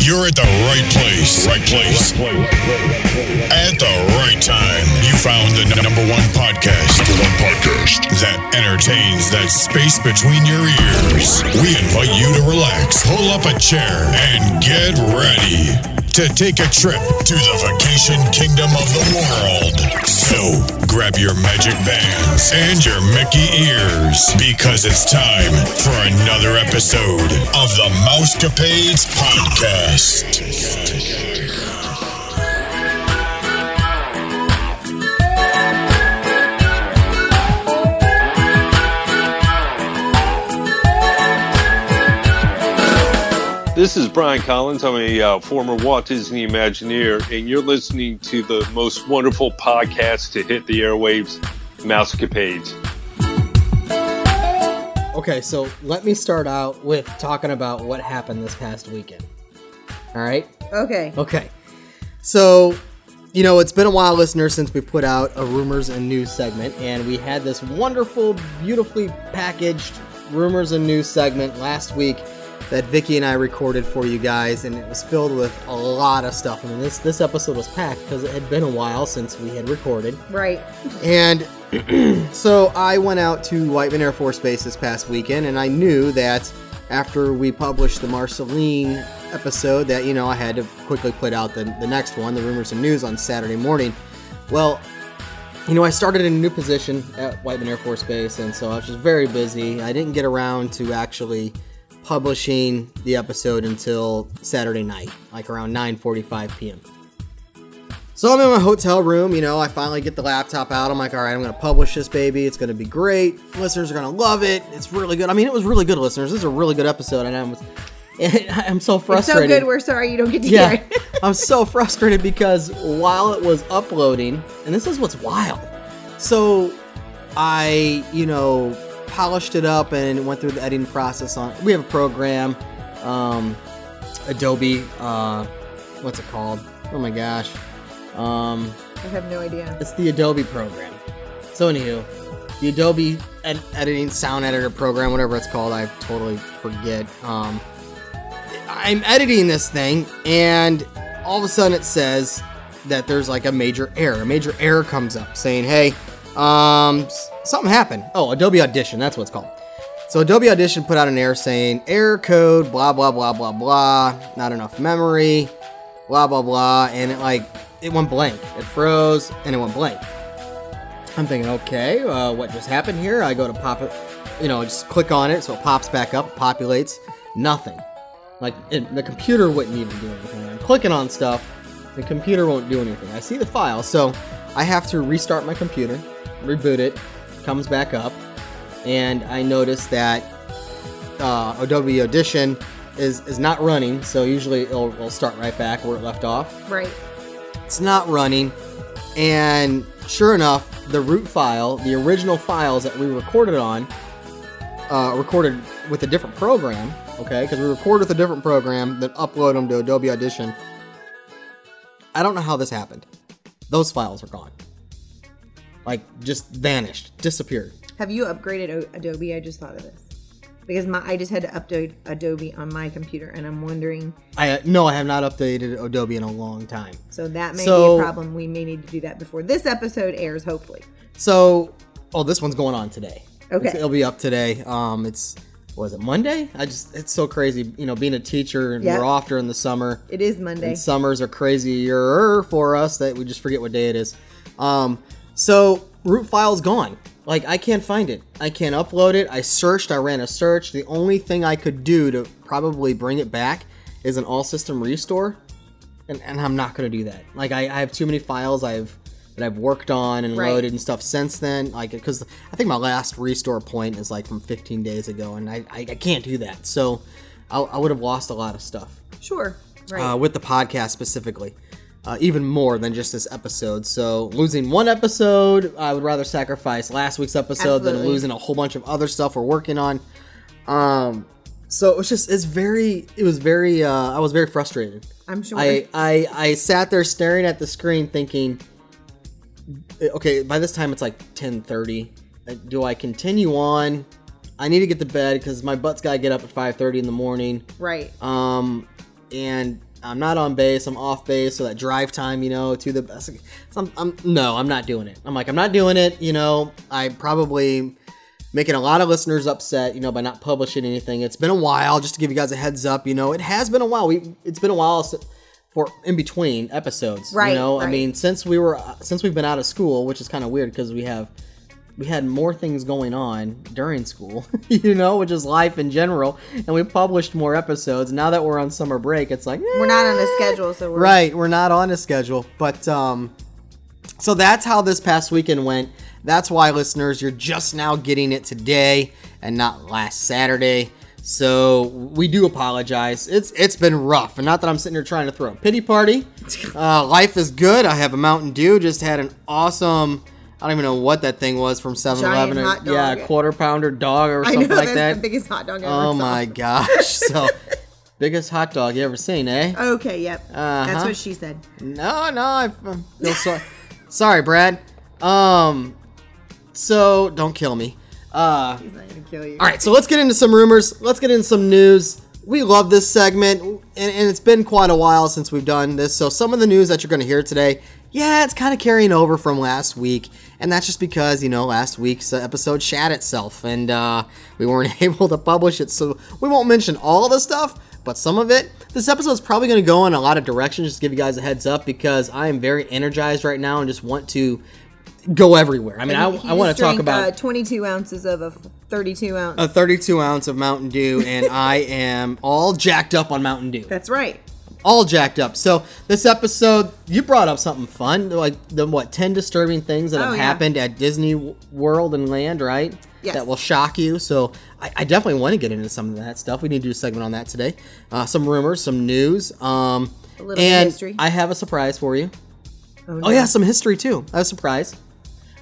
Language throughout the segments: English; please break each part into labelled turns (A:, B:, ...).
A: You're at the right place. Right place. At the right time. You found the n- number one podcast. Number one podcast. That entertains that space between your ears. We invite you to relax, pull up a chair, and get ready to take a trip to the vacation kingdom of the world. So grab your magic bands and your Mickey ears because it's time for another episode of the Mousecapades Podcast.
B: This is Brian Collins. I'm a uh, former Walt Disney Imagineer, and you're listening to the most wonderful podcast to hit the airwaves, Mousecapades.
C: Okay, so let me start out with talking about what happened this past weekend. All right?
D: Okay.
C: Okay. So, you know, it's been a while, listeners, since we put out a rumors and news segment, and we had this wonderful, beautifully packaged rumors and news segment last week that Vicky and I recorded for you guys, and it was filled with a lot of stuff. I mean, this this episode was packed because it had been a while since we had recorded.
D: Right.
C: And so I went out to Whiteman Air Force Base this past weekend, and I knew that after we published the Marceline episode, that you know I had to quickly put out the, the next one, the rumors and news on Saturday morning. Well, you know I started a new position at Whiteman Air Force Base, and so I was just very busy. I didn't get around to actually publishing the episode until Saturday night, like around 9:45 p.m. So I'm in my hotel room, you know, I finally get the laptop out. I'm like, all right, I'm going to publish this baby. It's going to be great. Listeners are going to love it. It's really good. I mean, it was really good, listeners. This is a really good episode. And I was, I'm so
D: It's so
C: frustrated.
D: good. We're sorry you don't get to
C: yeah.
D: hear it.
C: I'm so frustrated because while it was uploading, and this is what's wild. So I, you know, polished it up and went through the editing process on we have a program, um, Adobe, uh, what's it called? Oh my gosh. Um,
D: I have no idea.
C: it's the Adobe program. So, anywho, the Adobe ed- editing sound editor program, whatever it's called, I totally forget. Um, I'm editing this thing, and all of a sudden it says that there's like a major error. A major error comes up saying, hey, um, s- something happened. Oh, Adobe Audition, that's what it's called. So Adobe Audition put out an error saying error code blah blah blah blah blah not enough memory blah blah blah and it like it went blank it froze and it went blank. I'm thinking okay uh, what just happened here I go to pop it you know just click on it so it pops back up populates nothing like it, the computer wouldn't even do anything I'm clicking on stuff the computer won't do anything I see the file so I have to restart my computer reboot it comes back up and I noticed that uh, Adobe Audition is is not running. So usually it'll, it'll start right back where it left off.
D: Right.
C: It's not running, and sure enough, the root file, the original files that we recorded on, uh, recorded with a different program. Okay, because we record with a different program, then upload them to Adobe Audition. I don't know how this happened. Those files are gone. Like just vanished, disappeared.
D: Have you upgraded o- Adobe? I just thought of this because my I just had to update Adobe on my computer, and I'm wondering.
C: I uh, no, I have not updated Adobe in a long time.
D: So that may
C: So-
D: be a problem. We may need to do that before this episode airs. Hopefully.
C: So, oh, this one's going on today.
D: Okay.
C: It's- it'll be up today. Um, it's was it Monday? I just it's so crazy. You know, being a teacher and
D: Yeah.
C: we're off during the summer.
D: It is Monday.
C: And summers are crazier for us that we just forget what day it is. Um, so root file's gone. Like I can't find it. I can't upload it. I searched. I ran a search. The only thing I could do to probably bring it back is an all system restore, and, and I'm not gonna do that. Like I, I have too many files I've that I've worked on and
D: Right.
C: loaded and stuff since then. Like because I think my last restore point is like from 15 days ago, and I I, I can't do that. So I, I would have lost a lot of stuff
D: Sure. Right.
C: uh, with the podcast specifically, uh, even more than just this episode. So losing one episode, I would rather sacrifice last week's episode than
D: Absolutely.
C: losing a whole bunch of other stuff we're working on. Um, so it was just it's very it was very uh, I was very frustrated.
D: I'm sure.
C: I, I I sat there staring at the screen thinking, eh, okay, by this time it's like 10:30. Uh, Do I continue on? I need to uh, get to bed because my butt's got to get up at 5:30 in the morning.
D: right.
C: Um, and I'm not on base. I'm off base. So that drive time, you know, to the best. So I'm, I'm, no, I'm not doing it. I'm like, I'm not doing it. You know, I probably making a lot of listeners upset, you know, by not publishing anything. It's been a while. Just to give you guys a heads up, you know, it has been a while. We it's been a while s- for in between episodes.
D: Right,
C: You know, I
D: right.
C: mean, since we were since we've been out of school, which is kind of weird because we have we had more things going on during school, you know, which is life in general, and we published more episodes. Now that we're on summer break, it's like eh,
D: We're not on a schedule, so we're
C: Right, we're not on a schedule, but um, so that's how this past weekend went. That's why, listeners, you're just now getting it today and not last Saturday. So we do apologize. It's it's been rough, and not that I'm sitting here trying to throw a pity party. Uh, life is good. I have a Mountain Dew. Just had an awesome. I don't even know what that thing was from 7-Eleven. or-
D: hot dog.
C: Yeah, a quarter pounder dog or
D: I
C: something
D: know
C: like
D: that's
C: that.
D: the biggest hot dog I ever.
C: oh
D: saw.
C: my gosh! So biggest hot dog you ever seen, eh?
D: Okay, yep. That's
C: Uh-huh.
D: what she said.
C: No, no, I I feel sorry. sorry, Brad. Um, so don't kill me. Uh,
D: He's not gonna kill you.
C: all right, so let's get into some rumors. Let's get into some news. We love this segment, and, and it's been quite a while since we've done this. So some of the news that you're going to hear today, yeah, it's kind of carrying over from last week, and that's just because you know last week's uh, episode shat itself, and uh, we weren't able to publish it. So we won't mention all the stuff, but some of it. This episode's probably going to go in a lot of directions. Just to give you guys a heads up because I am very energized right now and just want to go everywhere. I mean, I,
D: He
C: I want
D: just
C: to talk
D: drank,
C: about
D: uh, 22 ounces of a f- 32 ounce.
C: a 32 ounce of Mountain Dew, and I am all jacked up on Mountain Dew.
D: That's right.
C: All jacked up. So this episode, you brought up something fun, like the what 10 disturbing things that
D: Oh,
C: have
D: yeah.
C: happened at Disney W- World and Land, right?
D: Yes.
C: That will shock you. So I, I definitely want to get into some of that stuff. We need to do a segment on that today. Uh, some rumors, some news. Um,
D: A little
C: and
D: history.
C: I have a surprise for you.
D: no.
C: Oh yeah, some history too. I was surprised.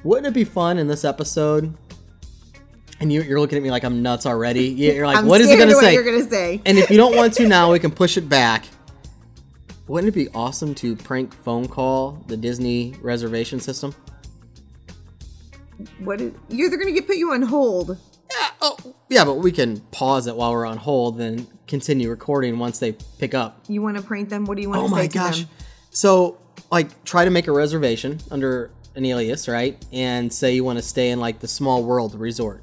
C: Wouldn't it be fun in this episode? And you, you're looking at me like I'm nuts already. Yeah, You're like,
D: I'm
C: what is he
D: scared
C: gonna
D: of what
C: say?
D: You're gonna say.
C: and if you don't want to now, we can push it back. Wouldn't it be awesome to prank phone call the Disney reservation system?
D: What is, you're they're gonna get put you on hold.
C: Yeah, oh, yeah, but we can pause it while we're on hold, then continue recording once they pick up.
D: You want to prank them? What do you want
C: Oh
D: to say
C: my
D: to
C: gosh.
D: them?
C: So, like, try to make a reservation under an alias, right? And say you want to stay in, like, the Small World Resort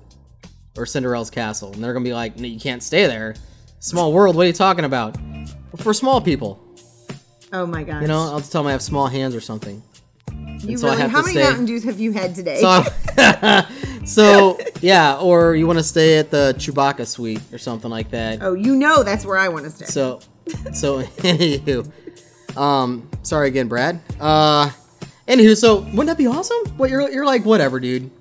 C: or Cinderella's Castle. And they're going to be like, no, you can't stay there. Small World, what are you talking about? For small people.
D: Oh my gosh.
C: You know, I'll just tell them I have small hands or something.
D: You
C: so I
D: really,
C: have
D: how
C: to
D: many
C: say-
D: Mountain Dews have you had today?
C: So, I'm- so yeah, or you want to stay at the Chewbacca suite or something like that.
D: oh, you know that's where I want to stay.
C: So, so anywho, um, sorry again, Brad. Uh, anywho, so wouldn't that be awesome? What you're you're like, whatever, dude. You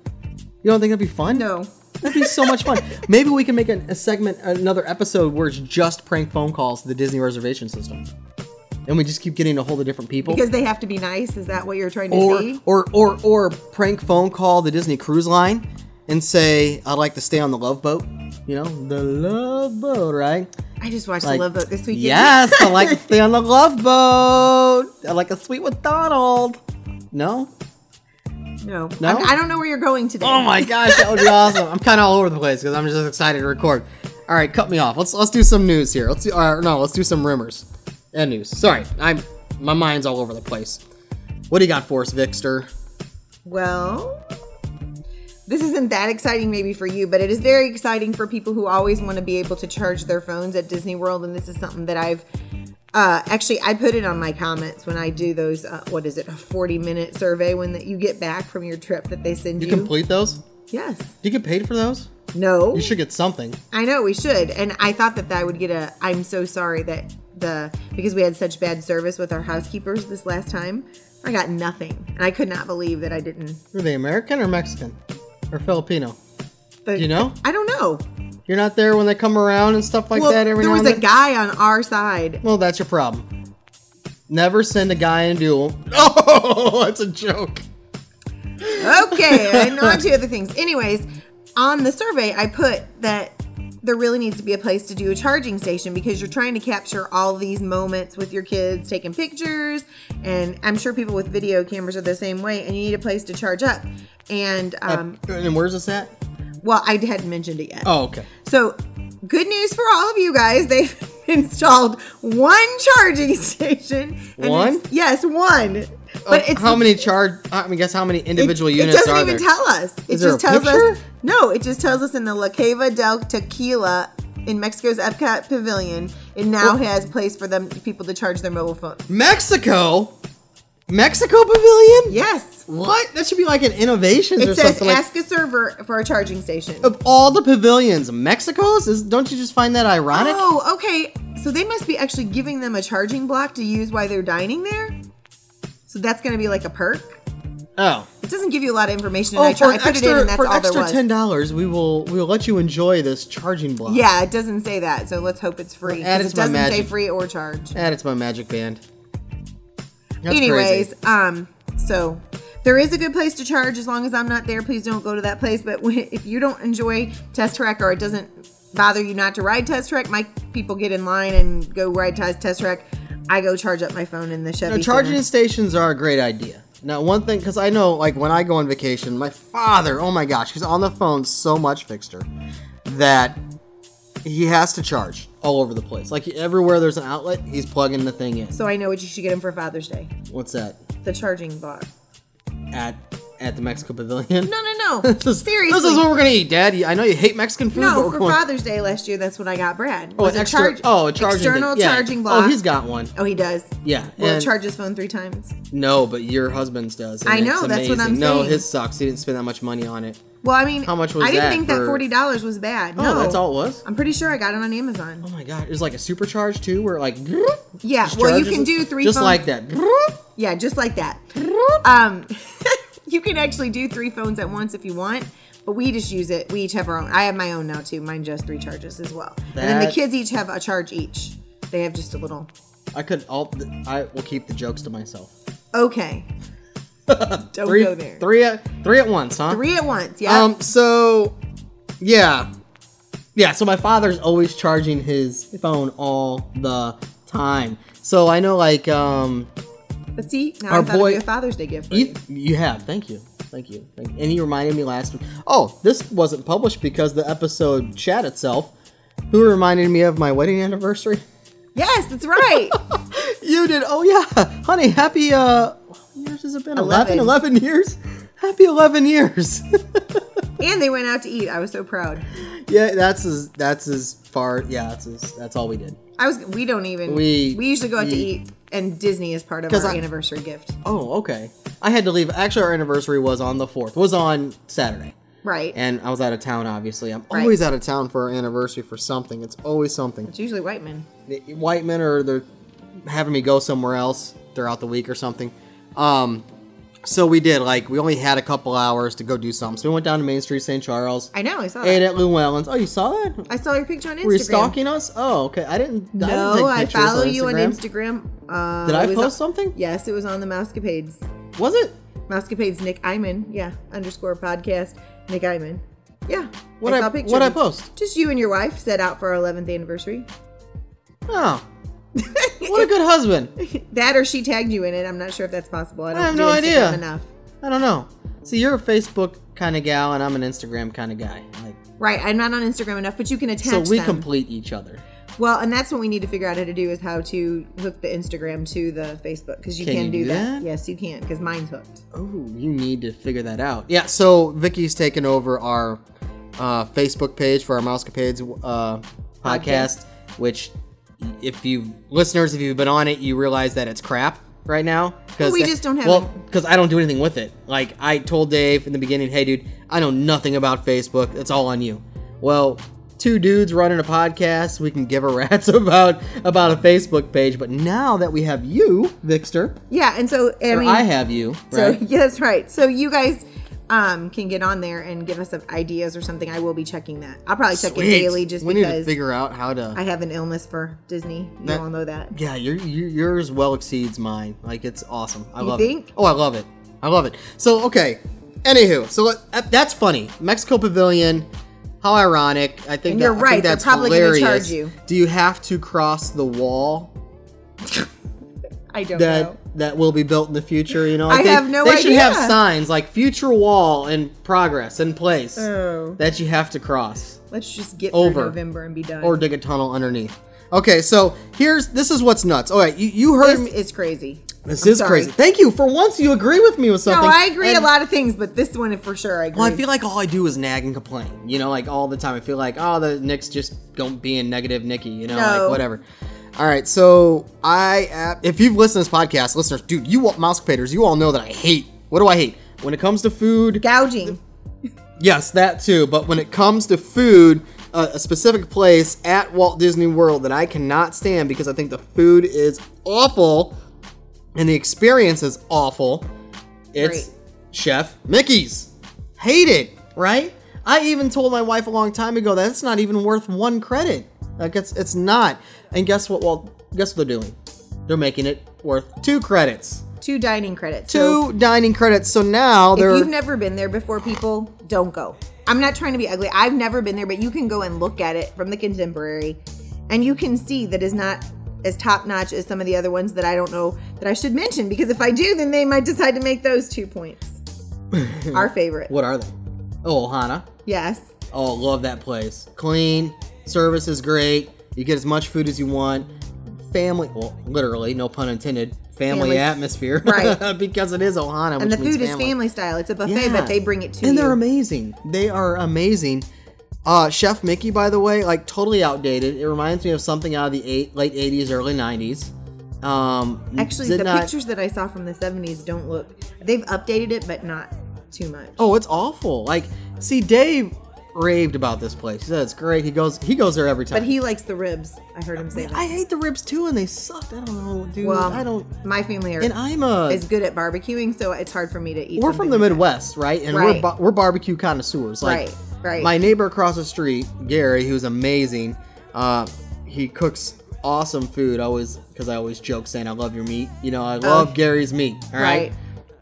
C: don't think that'd be fun?
D: no.
C: that'd be so much fun. Maybe we can make an, a segment, another episode where it's just prank phone calls to the Disney reservation system, and we just keep getting a hold of different people.
D: Because they have to be nice. Is that what you're trying to
C: or,
D: see?
C: or or or prank phone call the Disney Cruise Line and say I'd like to stay on the Love Boat. You know the Love Boat, right?
D: I just watched
C: Like,
D: the Love Boat this weekend.
C: Yes, I like to stay on the Love Boat. I like a suite with Donald. No?
D: No.
C: No?
D: I'm- I don't know where you're going today.
C: Oh my gosh, that would be awesome. I'm kind of all over the place because I'm just excited to record. All right, cut me off. Let's let's do some news here. Let's do or no, let's do some rumors and news. Sorry, I'm my mind's all over the place. What do you got for us, Vixter?
D: Well, this isn't that exciting maybe for you, but it is very exciting for people who always want to be able to charge their phones at Disney World. And this is something that I've uh, actually I put it on my comments when I do those. Uh, what is it? A forty-minute survey when that you get back from your trip that they send
C: You
D: you.
C: complete those?
D: yes.
C: Do you get paid for those?
D: No.
C: You should get something.
D: I know we should, and I thought that I would get a. I'm so sorry that the because we had such bad service with our housekeepers this last time. I got nothing, and I could not believe that I didn't.
C: Are they American or Mexican or Filipino?
D: but-
C: You know?
D: I don't know.
C: You're not there when they come around and stuff like
D: well,
C: that every
D: there
C: now
D: was
C: and then?
D: a guy on our side.
C: Well, that's your problem. Never send a guy in a duel. Oh, that's a joke.
D: Okay, and on to other things. Anyways, on the survey, I put that there really needs to be a place to do a charging station because you're trying to capture all these moments with your kids taking pictures, and I'm sure people with video cameras are the same way. And you need a place to charge up. And um,
C: and where's this at?
D: well, I hadn't mentioned it yet.
C: Oh, okay.
D: So, good news for all of you guys. They installed one charging station. and
C: One?
D: it's- Yes, one.
C: But
D: But it's
C: Oh, how many charge? I mean, guess how many individual
D: it,
C: units
D: It doesn't
C: are there?
D: even tell us. It
C: Is there a
D: just tells us.
C: picture?
D: No, it just tells us in the La Cueva del Tequila in Mexico's Epcot Pavilion. It now has place for them people to charge their mobile phones.
C: Mexico, Mexico Pavilion.
D: Yes.
C: What? That should be like an innovations or
D: It says
C: something. like- Oh,
D: ask a server for a charging station.
C: of all the pavilions, Mexico's is. Don't you just find that ironic?
D: Oh, okay. So they must be actually giving them a charging block to use while they're dining there. So that's going to be like a perk.
C: Oh.
D: It doesn't give you a lot of information. And
C: Oh,
D: I, tried,
C: for
D: I
C: an
D: put it in,
C: extra
D: and that's
C: for an
D: all there
C: extra
D: was.
C: ten dollars, we will we will let you enjoy this charging block.
D: yeah, it doesn't say that. So let's hope it's free.
C: Well, add
D: 'cause
C: it
D: it
C: to my
D: doesn't say
C: magic.
D: free or charge.
C: and it's my magic band. That's
D: Anyways,
C: crazy.
D: um, so there is a good place to charge as long as I'm not there. Please don't go to that place. But when, if you don't enjoy Test Track or it doesn't bother you not to ride Test Track, my people get in line and go ride Test Test Track. I go charge up my phone in the Chevy.
C: Now, charging
D: Center.
C: stations are a great idea. Now, one thing, because I know, like when I go on vacation, my father, oh my gosh, he's on the phone so much, Fixter, that he has to charge all over the place. Like everywhere there's an outlet, he's plugging the thing in.
D: So I know what you should get him for Father's Day:
C: What's that
D: the charging block.
C: at at the Mexico Pavilion?
D: No, no, no.
C: this, is-
D: Seriously.
C: this is what we're gonna eat, Dad. You- I know you hate Mexican food, but
D: no,
C: we're
D: for
C: going.
D: Father's Day last year, that's what I got Brad.
C: oh,
D: Was
C: an extra.
D: charge-
C: oh, a charging thing.
D: external
C: Yeah.
D: charging block.
C: Oh, he's got one.
D: Oh, he does.
C: Yeah,
D: Well,
C: and-
D: charge his phone three times.
C: No, but your husband's does. and
D: I
C: it's
D: know, that's what I'm
C: amazing. No,
D: saying.
C: his sucks. He didn't spend that much money on it.
D: Well, I mean,
C: How much was
D: I didn't
C: that
D: think that
C: for-
D: forty dollars was bad.
C: Oh,
D: no,
C: that's all it was.
D: I'm pretty sure I got it on Amazon.
C: Oh my god, it's like a supercharge too, where it like
D: Yeah,
C: just
D: well, you
C: charges
D: can
C: it-
D: do three
C: just
D: phone-
C: like that.
D: Yeah, just like that. Um, you can actually do three phones at once if you want, but we just use it. We each have our own. I have my own now too. Mine just three charges as well. And then the
C: That-
D: kids each have a charge each. They have just a little.
C: I could. I'll, I will keep the jokes to myself.
D: Okay. Don't
C: Three,
D: go there.
C: three at three at once, huh?
D: Three at once. Yeah.
C: Um. So, yeah, yeah. So my father's always charging his phone all the time. So I know, like, um,
D: but see, now
C: our
D: I thought
C: boy-
D: it'd be a Father's Day gift. For you.
C: Eth- you have. Thank you. Thank you. Thank And he reminded me last week. Oh, this wasn't published because the episode chat itself. Who reminded me of my wedding anniversary?
D: Yes, that's right.
C: You did. Oh yeah, honey. Happy. Uh, how many years has it been? 11, 11
D: 11.
C: years. Happy eleven years.
D: and they went out to eat. I was so proud.
C: yeah, that's as that's as far. Yeah, that's as, that's all we did.
D: I was. We don't even.
C: We-
D: we usually go out to
C: we-
D: eat, and Disney is part of
C: 'Cause
D: our
C: I-
D: anniversary gift.
C: Oh, okay. I had to leave. Actually, our anniversary was on the fourth. Was on Saturday,
D: Right.
C: and I was out of town. Obviously, I'm
D: Right.
C: always out of town for our anniversary for something. It's always something.
D: it's usually white men.
C: the white men are they're having me go somewhere else throughout the week or something. Um, so we did like we only had a couple hours to go do something. So we went down to Main Street St. Charles,
D: I know. I saw
C: ate
D: that.
C: at Llewellyn's. Oh, you saw that?
D: I saw your picture on Instagram.
C: Were you stalking us? Oh, okay. I didn't. I didn't
D: No,
C: take
D: I,
C: pictures
D: follow you on
C: Instagram.
D: Instagram. Uh,
C: Did
D: it
C: I
D: was
C: post
D: on-
C: something?
D: Yes, it was on the Mousecapades.
C: Was it?
D: Mousecapades Nick Iman. Yeah, underscore podcast Nick Iman. Yeah.
C: What I,
D: saw a picture
C: what I
D: of you.
C: post?
D: Just you and your wife set out for our 11th anniversary.
C: Oh, what a good husband.
D: That or she tagged you in it. I'm not sure if that's possible. I, don't
C: have
D: do
C: no
D: Instagram
C: idea.
D: Enough.
C: I don't know. See, you're a Facebook kind of gal, and I'm an Instagram kind of guy. Like,
D: Right. I'm not on Instagram enough, but you can attach.
C: so we
D: them.
C: complete each other.
D: Well, and that's what we need to figure out how to do is how to hook the Instagram to the Facebook because you can,
C: Can you
D: do,
C: do
D: that.
C: that?
D: Yes, you can because mine's hooked.
C: Oh, you need to figure that out. Yeah, so Vicky's taken over our uh, Facebook page for our Mousecapades uh, podcast, which if you listeners, if you've been on it, you realize that it's crap right now. Cause
D: we just don't have
C: Well,
D: it.
C: because I don't do anything with it. Like I told Dave in the beginning, hey dude, I know nothing about Facebook. It's all on you. Well, two dudes running a podcast, we can give a rats about about a Facebook page. But now that we have you, Vixter,
D: Yeah, and so I
C: or
D: mean,
C: I have you,
D: so
C: right?
D: yeah, that's right. So you guys um, can get on there and give us some ideas or something. I will be checking that. I'll probably check
C: Sweet.
D: it daily just
C: we need to
D: because
C: figure out how to.
D: I have an illness for Disney. You
C: That-
D: all know that.
C: yeah, your, your yours well exceeds mine. Like it's awesome. I
D: You
C: love
D: think?
C: it. Oh, I love it. I love it. So okay. Anywho, so let- uh, that's funny. Mexico Pavilion. How ironic. I think
D: And
C: that-
D: you're
C: I think
D: right, they're
C: that's
D: probably gonna
C: hilarious.
D: charge you.
C: Do you have to cross the wall
D: I don't know.
C: that that will be built in the future? You know,
D: I
C: think
D: have no
C: They should have
D: idea.
C: signs like "future wall in progress" in place
D: Oh.
C: that you have to cross
D: Let's just get
C: Over.
D: through November and be done.
C: or dig a tunnel underneath. Okay, so here's this is what's nuts. All right, you, you heard
D: This
C: me.
D: is crazy.
C: This
D: I'm
C: is
D: sorry.
C: crazy. Thank you for once you agree with me with
D: No,
C: something.
D: I agree
C: And-
D: a lot of things, but this one for sure I agree.
C: Well, I feel like all I do is nag and complain, you know, like all the time. I feel like, oh, the Knicks just don't being negative Nicky, you know,
D: No.
C: like whatever. All right, so I, uh, if you've listened to this podcast, listeners, dude, you all- mousecapators, you all know that I hate. What do I hate? When it comes to food,
D: gouging.
C: yes, that too. But when it comes to food, uh, a specific place at Walt Disney World that I cannot stand because I think the food is awful and the experience is awful. It's
D: Right.
C: Chef Mickey's. Hate it, right? I even told my wife a long time ago that it's not even worth one credit. Like it's it's not. And guess what? Well, guess what they're doing? They're making it worth two credits,
D: Two dining credits.
C: two
D: So
C: dining credits. So now they're
D: if you've never been there before, people don't go. I'm not trying to be ugly. I've never been there, but you can go and look at it from the contemporary, and you can see that is not as top notch as some of the other ones that I don't know that I should mention because if I do, then they might decide to make those two points. Our favorite.
C: what are they? Oh, Ohana.
D: Yes.
C: Oh, love that place. Clean, service is great. You get as much food as you want. Family, well, literally, no pun intended. Family
D: Families-
C: atmosphere,
D: Right.
C: because it is Ohana,
D: And
C: which
D: the
C: means
D: food is family style. It's a buffet,
C: Yeah.
D: but they bring it to
C: and
D: you.
C: they're amazing. They are amazing. Uh, Chef Mickey, by the way, like totally outdated. It reminds me of something out of the eight, late '80s, early '90s. Um,
D: Actually,
C: did
D: the
C: not-
D: pictures that I saw from the 70s don't look. They've updated it, but not too much.
C: Oh, it's awful. Like, see, Dave raved about this place. He said it's great. He goes, he goes there every time.
D: But he likes the ribs. I heard him say that.
C: I hate the ribs too, and they sucked. I don't know, dude.
D: well,
C: I don't.
D: My family are
C: And I'm a.
D: is good at barbecuing, so it's hard for me to eat.
C: we're from the
D: something like that.
C: Midwest, right? And
D: Right.
C: we're ba- we're barbecue connoisseurs. Like,
D: Right, right.
C: My neighbor across the street, Gary, who's amazing. Uh, he cooks awesome food. I always because I always joke saying I love your meat. You know, I love
D: Oh.
C: Gary's meat. All right.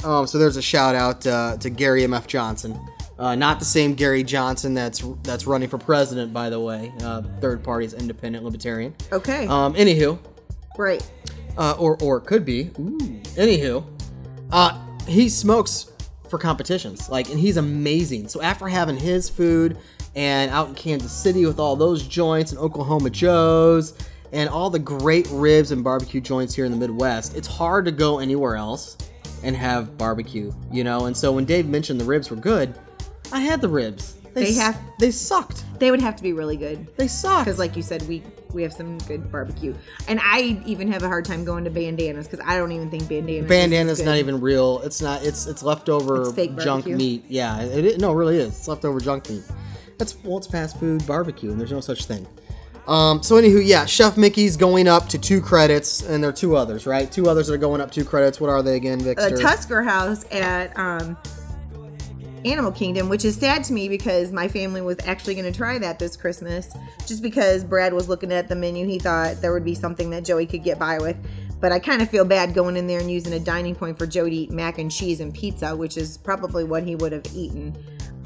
C: Um, so there's a shout out uh, to Gary MF Johnson. Uh, not the same Gary Johnson that's that's running for president, by the way. Uh, third party is independent libertarian.
D: Okay.
C: Um, anywho,
D: Great.
C: uh, or or it could be. Ooh. Anywho, uh, he smokes for competitions, like, and he's amazing. So after having his food and out in Kansas City with all those joints and Oklahoma Joe's and all the great ribs and barbecue joints here in the Midwest, it's hard to go anywhere else and have barbecue, you know. And so when Dave mentioned the ribs were good, I had the ribs.
D: They
C: s-
D: have-
C: they sucked.
D: They would have to be really good
C: They sucked.
D: because, like you said, we we have some good barbecue, and I even have a hard time going to bandanas because I don't even think bandanas.
C: bandana's
D: is
C: not
D: good.
C: even real. It's not. It's it's leftover
D: It's fake
C: junk
D: barbecue.
C: meat. Yeah, it, it no, it really is. It's leftover junk meat. That's well, it's fast food barbecue, and there's no such thing. Um, so anywho, yeah, Chef Mickey's going up to two credits, and there are two others, right? Two others that are going up two credits. What are they again, Victor?
D: the Tusker House at um, Animal Kingdom, which is sad to me because my family was actually going to try that this Christmas. Just because Brad was looking at the menu, he thought there would be something that Joey could get by with. But I kind of feel bad going in there and using a dining point for Joe to eat mac and cheese and pizza, which is probably what he would have eaten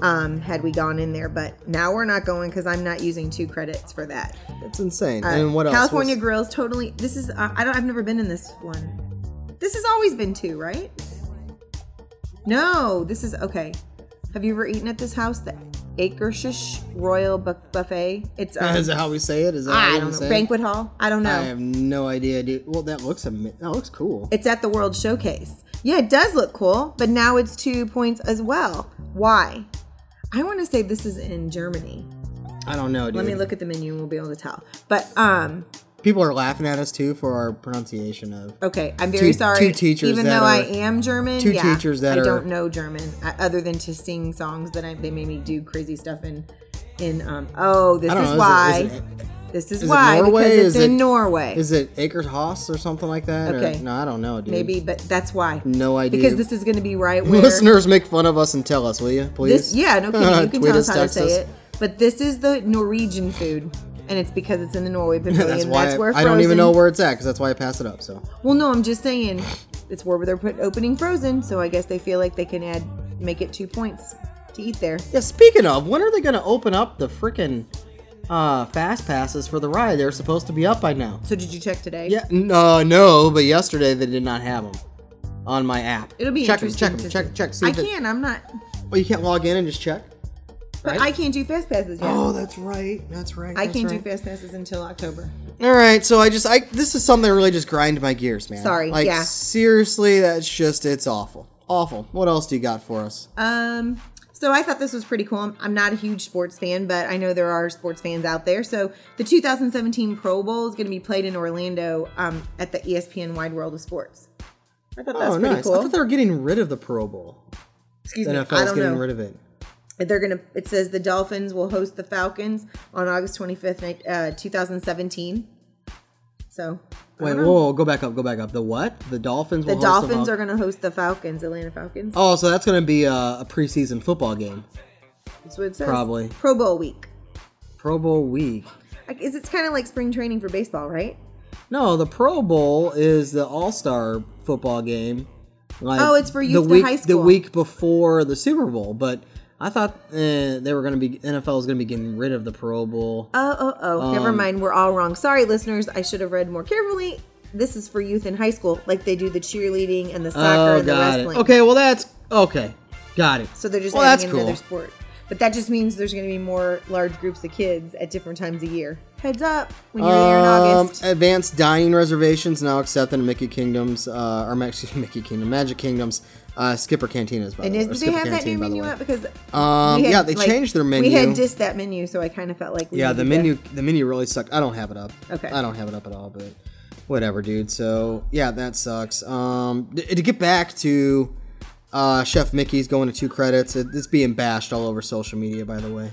D: um, had we gone in there. But now we're not going because I'm not using two credits for that.
C: That's insane.
D: Uh,
C: and what else?
D: California
C: was-
D: Grill's totally. This is uh, I don't. I've never been in this one. This has always been two, right? No, this is okay. Have you ever eaten at this house? The Akershish Royal Bu- Buffet. It's um,
C: Is that how we say it? Is that how
D: I
C: you
D: don't know
C: say it?
D: banquet hall. I don't know.
C: I have no idea, dude. Well, that looks ama- that looks cool.
D: It's at the World Showcase. Yeah, it does look cool, but now it's two points as well. Why? I want to say this is in Germany.
C: I don't know, dude.
D: Let me look at the menu and we'll be able to tell. But um,
C: People are laughing at us too for our pronunciation of
D: Okay, I'm very
C: Two-
D: sorry.
C: two teachers
D: Even
C: that
D: though I
C: are-
D: am German,
C: two
D: yeah,
C: teachers that
D: I
C: are-
D: don't know German I, other than to sing songs that I, they made me do crazy stuff in. In um, oh, this
C: I don't
D: is
C: know.
D: why.
C: Is it, is it
D: this is,
C: is it
D: why
C: Norway?
D: because it's
C: Is
D: in
C: it-
D: Norway.
C: Is it Acres Haas or something like that? or-
D: Okay.
C: no, I don't know, dude.
D: Maybe, but that's why.
C: No idea.
D: Because this is going to be right where
C: Listeners, make fun of us and tell us, will you, please?
D: this. Yeah, no kidding. You can
C: Tweet
D: tell
C: us,
D: us how to
C: text
D: say
C: us.
D: it. But this is the Norwegian food, and it's because it's in the Norway pavilion.
C: That's why
D: where
C: I, I don't even
D: Frozen-
C: know where it's at because that's why I pass it up. So
D: Well, no, I'm just saying it's where they're put opening Frozen, so I guess they feel like they can add make it two points to eat there.
C: yeah. Speaking of, when are they going to open up the freaking uh, fast passes for the ride? They're supposed to be up by now.
D: So did you check today?
C: Yeah. n- Uh, no, but yesterday they did not have them on my app.
D: It'll be
C: check 'em,
D: interesting.
C: check them.
D: to
C: Check
D: see.
C: check. See
D: I
C: if it-
D: can. I'm not.
C: Well, you can't log in and just check.
D: But
C: Right?
D: I can't do fast passes yet.
C: Oh, that's right. That's right.
D: I
C: that's
D: can't
C: right.
D: do fast passes until October.
C: All right, so I just I this is something that really just grind my gears, man.
D: Sorry,
C: like
D: yeah.
C: seriously, that's just it's awful, awful. What else do you got for us?
D: Um, so I thought this was pretty cool. I'm- I'm not a huge sports fan, but I know there are sports fans out there. So the 2017 Pro Bowl is going to be played in Orlando um, at the ESPN Wide World of Sports. I thought that was
C: oh,
D: pretty
C: nice.
D: cool.
C: I thought they were getting rid of the Pro Bowl.
D: Excuse
C: The
D: me,
C: NFL's
D: I don't
C: getting
D: know.
C: rid of it.
D: They're gonna. It says the Dolphins will host the Falcons on August 25th, uh, 2017. So I
C: Wait,
D: don't
C: whoa,
D: know.
C: whoa, go back up, go back up. The what? The Dolphins.
D: the
C: will host the
D: Dolphins
C: Vol-
D: are gonna host the Falcons, Atlanta Falcons.
C: Oh, so that's going to be a, a preseason football game.
D: That's what it says.
C: Oh, probably.
D: Pro Bowl week.
C: Pro Bowl week.
D: Like, is it's kind of like spring training for baseball, right?
C: No, the Pro Bowl is the All Star football game. Like
D: Oh, it's for youth
C: the
D: to
C: week,
D: high school.
C: The week before the Super Bowl, but I thought eh, they were going to be NFL was going to be getting rid of the Pro Bowl.
D: Oh, oh, oh. Never
C: Um,
D: mind. We're all wrong. Sorry, listeners. I should have read more carefully. This is for youth in high school, like they do the cheerleading and the soccer
C: oh,
D: and the
C: got it.
D: wrestling.
C: Okay, well that's okay. Got it.
D: So they're just
C: well,
D: adding
C: that's
D: in
C: cool.
D: another sport. But that just means there's going to be more large groups of kids at different times of year. Heads up when you're there in
C: Um,
D: August.
C: advanced dining reservations now accepted in Mickey Kingdoms, uh, or Ma- excuse me, Mickey Kingdom, Magic Kingdoms, uh, Skipper Cantinas. By
D: And
C: the way,
D: is,
C: or
D: did they
C: Skipper
D: have that new
C: Canteen, by the
D: menu
C: way.
D: up? Because
C: Um,
D: we had,
C: yeah, they
D: like,
C: changed their
D: We had
C: menu.
D: dissed that menu, so I kind of felt like we
C: Yeah, the
D: needed to-
C: menu the menu really sucked. I don't have it up.
D: Okay.
C: I don't have it up at all, but whatever, dude. So yeah, that sucks. Um, d- to get back to uh, Chef Mickey's going to two credits. It, it's being bashed all over social media, by the way.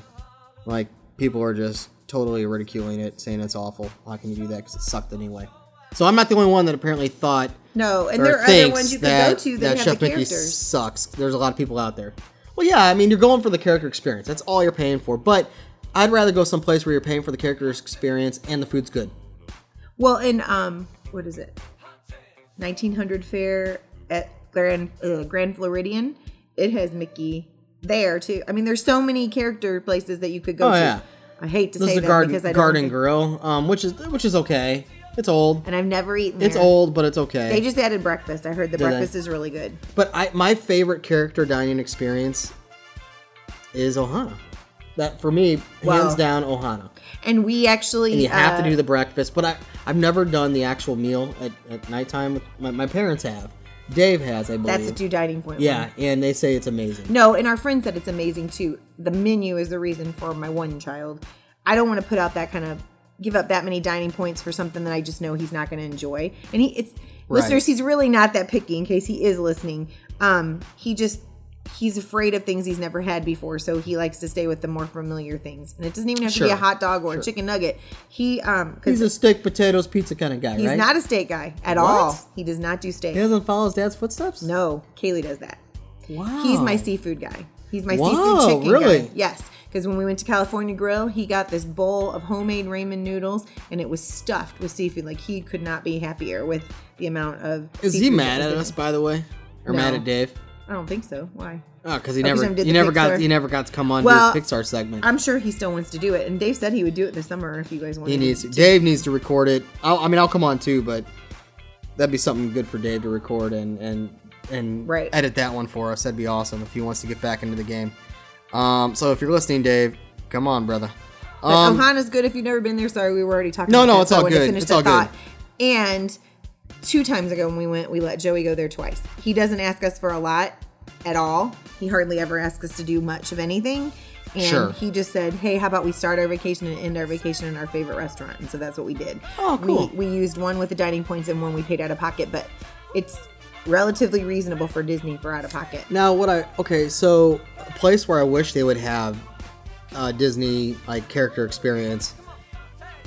C: Like people are just totally ridiculing it, saying it's awful. How can you do that? Because it sucked anyway. So I'm not the only one that apparently thought
D: No, and
C: or
D: there are other
C: thinks
D: ones you
C: that,
D: can go to that,
C: that
D: have
C: Chef
D: the
C: Mickey
D: characters.
C: sucks. There's a lot of people out there. Well, yeah, I mean, you're going for the character experience. That's all you're paying for. But I'd rather go someplace where you're paying for the character experience and the food's good.
D: Well, in um, what is it? 1900 fair at Grand uh, Grand Floridian. It has Mickey there too. I mean, there's so many character places that you could go
C: Oh,
D: to.
C: yeah.
D: I hate to
C: This
D: say
C: is the
D: that
C: Garden
D: because I don't
C: Garden
D: think-
C: Grill, um, which is which is okay. It's old.
D: and I've never eaten.
C: It's
D: there.
C: old, but it's okay.
D: They just added breakfast. I heard the
C: they?
D: breakfast is really good.
C: But I, my favorite character dining experience is Ohana. That for me,
D: Wow.
C: hands down, Ohana.
D: And we actually
C: and you have
D: uh,
C: to do the breakfast. But I, I've never done the actual meal at, at nighttime. With my, my parents have. Dave has, I believe.
D: That's a two dining point.
C: yeah,
D: one.
C: and they say it's amazing.
D: No, and our friend said it's amazing too. The menu is the reason for my one child. I don't want to put out that kind of give up that many dining points for something that I just know he's not going to enjoy. And he it's
C: Right.
D: listeners, he's really not that picky in case he is listening. Um he just he's afraid of things he's never had before, so he likes to stay with the more familiar things. And it doesn't even have to be a
C: Sure.
D: hot dog or a chicken nugget. He um
C: He's
D: cuz
C: a steak, potatoes, pizza kind of guy,
D: he's
C: right?
D: not a steak guy at all. He does not do steak.
C: he doesn't follow his dad's footsteps?
D: No, Kaylee does that.
C: Wow.
D: He's my seafood guy. He's my
C: Wow,
D: seafood chicken
C: really?
D: guy. Yes, because when we went to California Grill, he got this bowl of homemade ramen noodles, and it was stuffed with seafood. Like he could not be happier with the amount of.
C: Is he
D: seafood
C: mad
D: that
C: at
D: was in
C: us,
D: it.
C: by the way? Or
D: No.
C: mad at Dave?
D: I don't think so. Why?
C: Oh, because he
D: Oh, 'cause
C: never,
D: I did
C: he
D: the
C: never
D: Pixar.
C: got, he never got to come on
D: Well,
C: to his Pixar segment.
D: I'm sure he still wants to do it, and Dave said he would do it this summer if you guys want.
C: he needs, to, Dave needs to record it. I'll, I mean, I'll come on too, but that'd be something good for Dave to record and and and
D: Right.
C: edit that one for us. That'd be awesome if he wants to get back into the game. Um, so if you're listening, Dave, come on, brother.
D: But uh,
C: Um,
D: Ohana's good if you've never been there. Sorry, we were already talking.
C: No,
D: about
C: no,
D: that,
C: it's
D: so I
C: all
D: wanted to
C: good.
D: finish
C: It's
D: that
C: all good.
D: thought. And two times ago when we went, we let Joey go there twice. He doesn't ask us for a lot at all. He hardly ever asks us to do much of anything. And
C: Sure.
D: he just said, "Hey, how about we start our vacation and end our vacation in our favorite restaurant?" And so that's what we did.
C: Oh, cool.
D: We, we used one with the dining points and one we paid out of pocket, but it's relatively reasonable for Disney for out of pocket.
C: now what I okay, so a place where I wish they would have uh, Disney like character experience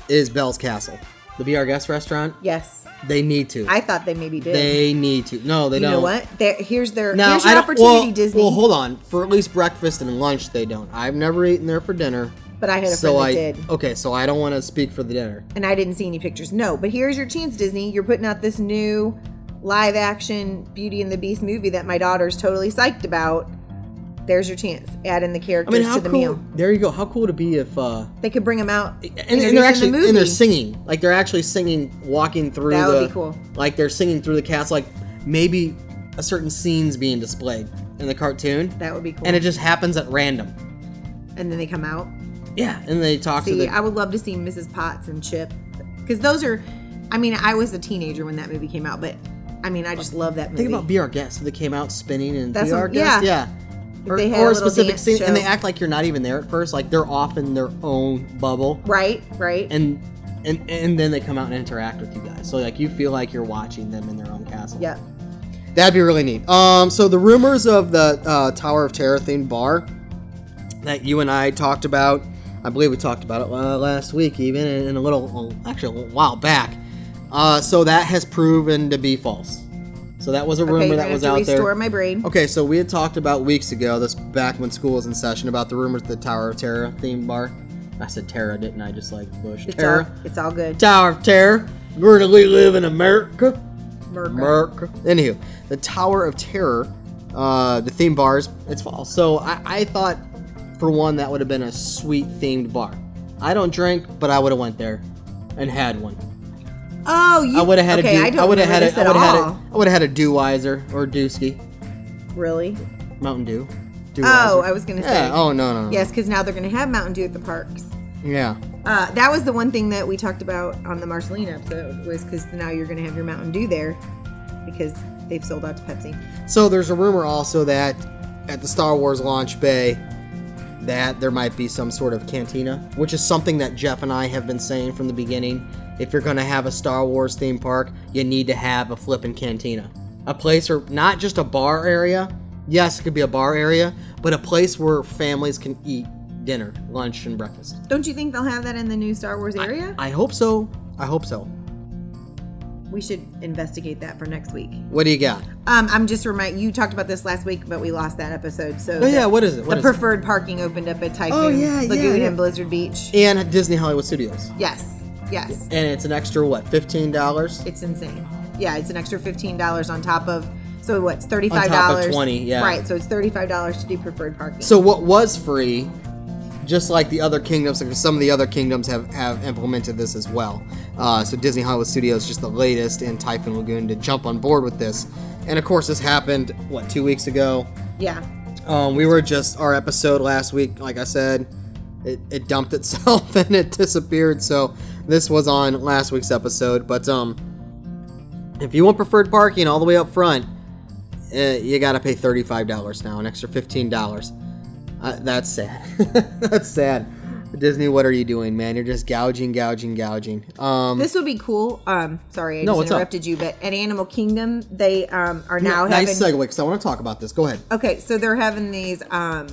C: is Bell's Castle, the Be Our Guest restaurant.
D: Yes,
C: They need to.
D: I thought they maybe did.
C: they need to. No, they
D: you
C: don't.
D: know what? There, here's their
C: Now,
D: here's your
C: I don't-
D: opportunity,
C: well,
D: Disney.
C: Well, hold on. For at least breakfast and lunch, they don't. I've never eaten there for dinner.
D: But I had a friend
C: so
D: that
C: I oh.
D: did.
C: okay. So I don't want to speak for the dinner.
D: And I didn't see any pictures. No, but here's your chance, Disney. You're putting out this new live action Beauty and the Beast movie that my daughter's totally psyched about. There's your chance. Add in the
C: I
D: characters
C: mean, how
D: to the
C: cool?
D: meal.
C: There you go. How cool would it be if uh,
D: They could bring them out.
C: and,
D: introduce
C: and they're
D: in
C: actually
D: the movie.
C: and they're singing like they're actually singing walking through
D: That would
C: the
D: be cool.
C: like they're singing through the cast like maybe a certain scene's being displayed in the cartoon
D: That would be cool.
C: and
D: And,
C: it just happens at random
D: then they come out.
C: yeah and they talk to
D: See,
C: the
D: I would love to see Mrs. Potts and Chip because those are. I mean, I was a teenager when that movie came out, but I mean, I just love that movie.
C: Think about Be Our Guest. They came out spinning and
D: That's
C: Be Our
D: what-
C: Guest. Yeah.
D: yeah. If
C: Or,
D: they
C: or
D: had a
C: a
D: little
C: specific
D: dance
C: scene, and they
D: show.
C: act like you're not even there at first. Like they're off in their own bubble,
D: right, right.
C: and and and then they come out and interact with you guys. So like you feel like you're watching them in their own castle.
D: yep.
C: That'd be really neat. Um, so the rumors of the uh, Tower of Terror themed bar that you and I talked about, I believe we talked about it uh, last week, even and, and a little, well, actually a little while back. Uh, so that has proven to be false. So that was a rumor
D: Okay, I
C: that
D: have
C: was
D: to
C: out
D: restore
C: there.
D: my brain.
C: Okay, so we had talked about weeks ago, this back when school was in session, about the rumors of the Tower of Terror themed bar. I said Terra, didn't I? Just like Bush.
D: It's all,
C: Terra.
D: it's all good.
C: Tower of Terror. We're gonna live in America.
D: Merker.
C: Merc. Anywho, the Tower of Terror, uh, the theme bars, it's fall. So I, I thought, for one, that would have been a sweet themed bar. I don't drink, but I would have went there and had one.
D: Oh, you.
C: I would have had
D: okay,
C: a.
D: I
C: Do-
D: don't
C: would have
D: remember
C: had a.
D: this
C: I
D: at
C: would have had
D: all.
C: a. I would have had a Deweiser or Dewski,
D: Really?
C: Mountain Dew. Deweiser.
D: Oh, I was gonna say.
C: Yeah. Oh no no. no.
D: Yes, because now they're gonna have Mountain Dew at the parks.
C: Yeah.
D: Uh, that was the one thing that we talked about on the Marceline episode was because now you're gonna have your Mountain Dew there because they've sold out to Pepsi.
C: So there's a rumor also that at the Star Wars launch bay that there might be some sort of cantina, which is something that Jeff and I have been saying from the beginning. If you're going to have a Star Wars theme park, you need to have a flippin' cantina. A place or not just a bar area. Yes, it could be a bar area, but a place where families can eat dinner, lunch, and breakfast.
D: Don't you think they'll have that in the new Star Wars area?
C: I hope so. I hope so.
D: we should investigate that for next week.
C: What do you got?
D: Um, I'm just remind you talked about this last week, but we lost that episode. So
C: Oh, yeah, what is it? What
D: the
C: is it?
D: preferred parking opened up at Typhoon
C: Oh, yeah, yeah,
D: Lagoon
C: yeah.
D: and Blizzard Beach.
C: And Disney Hollywood Studios.
D: yes, yes,
C: And it's an extra, what, $15?
D: it's insane. Yeah, it's an extra fifteen dollars on top of so what's thirty
C: top
D: five
C: of
D: dollars?
C: 20, yeah.
D: right. So it's thirty five dollars to do preferred parking.
C: So what was free, just like the other kingdoms, like some of the other kingdoms have, have implemented this as well. Uh, so Disney Hollywood Studios just the latest in Typhoon Lagoon to jump on board with this. And of course, this happened what two weeks ago.
D: yeah,
C: Um, we were just our episode last week. Like I said, it, it dumped itself and it disappeared. So this was on last week's episode. But um, if you want preferred parking all the way up front, uh, you got to pay thirty five dollars now, an extra fifteen dollars. Uh, that's sad. that's sad. Disney, what are you doing, man? You're just gouging, gouging, gouging. Um,
D: this would be cool. Um, sorry, I
C: No,
D: just
C: what's up?
D: interrupted you, but at Animal Kingdom they um are now having
C: nice segue because I want to talk about this. Go ahead.
D: Okay, so they're having these um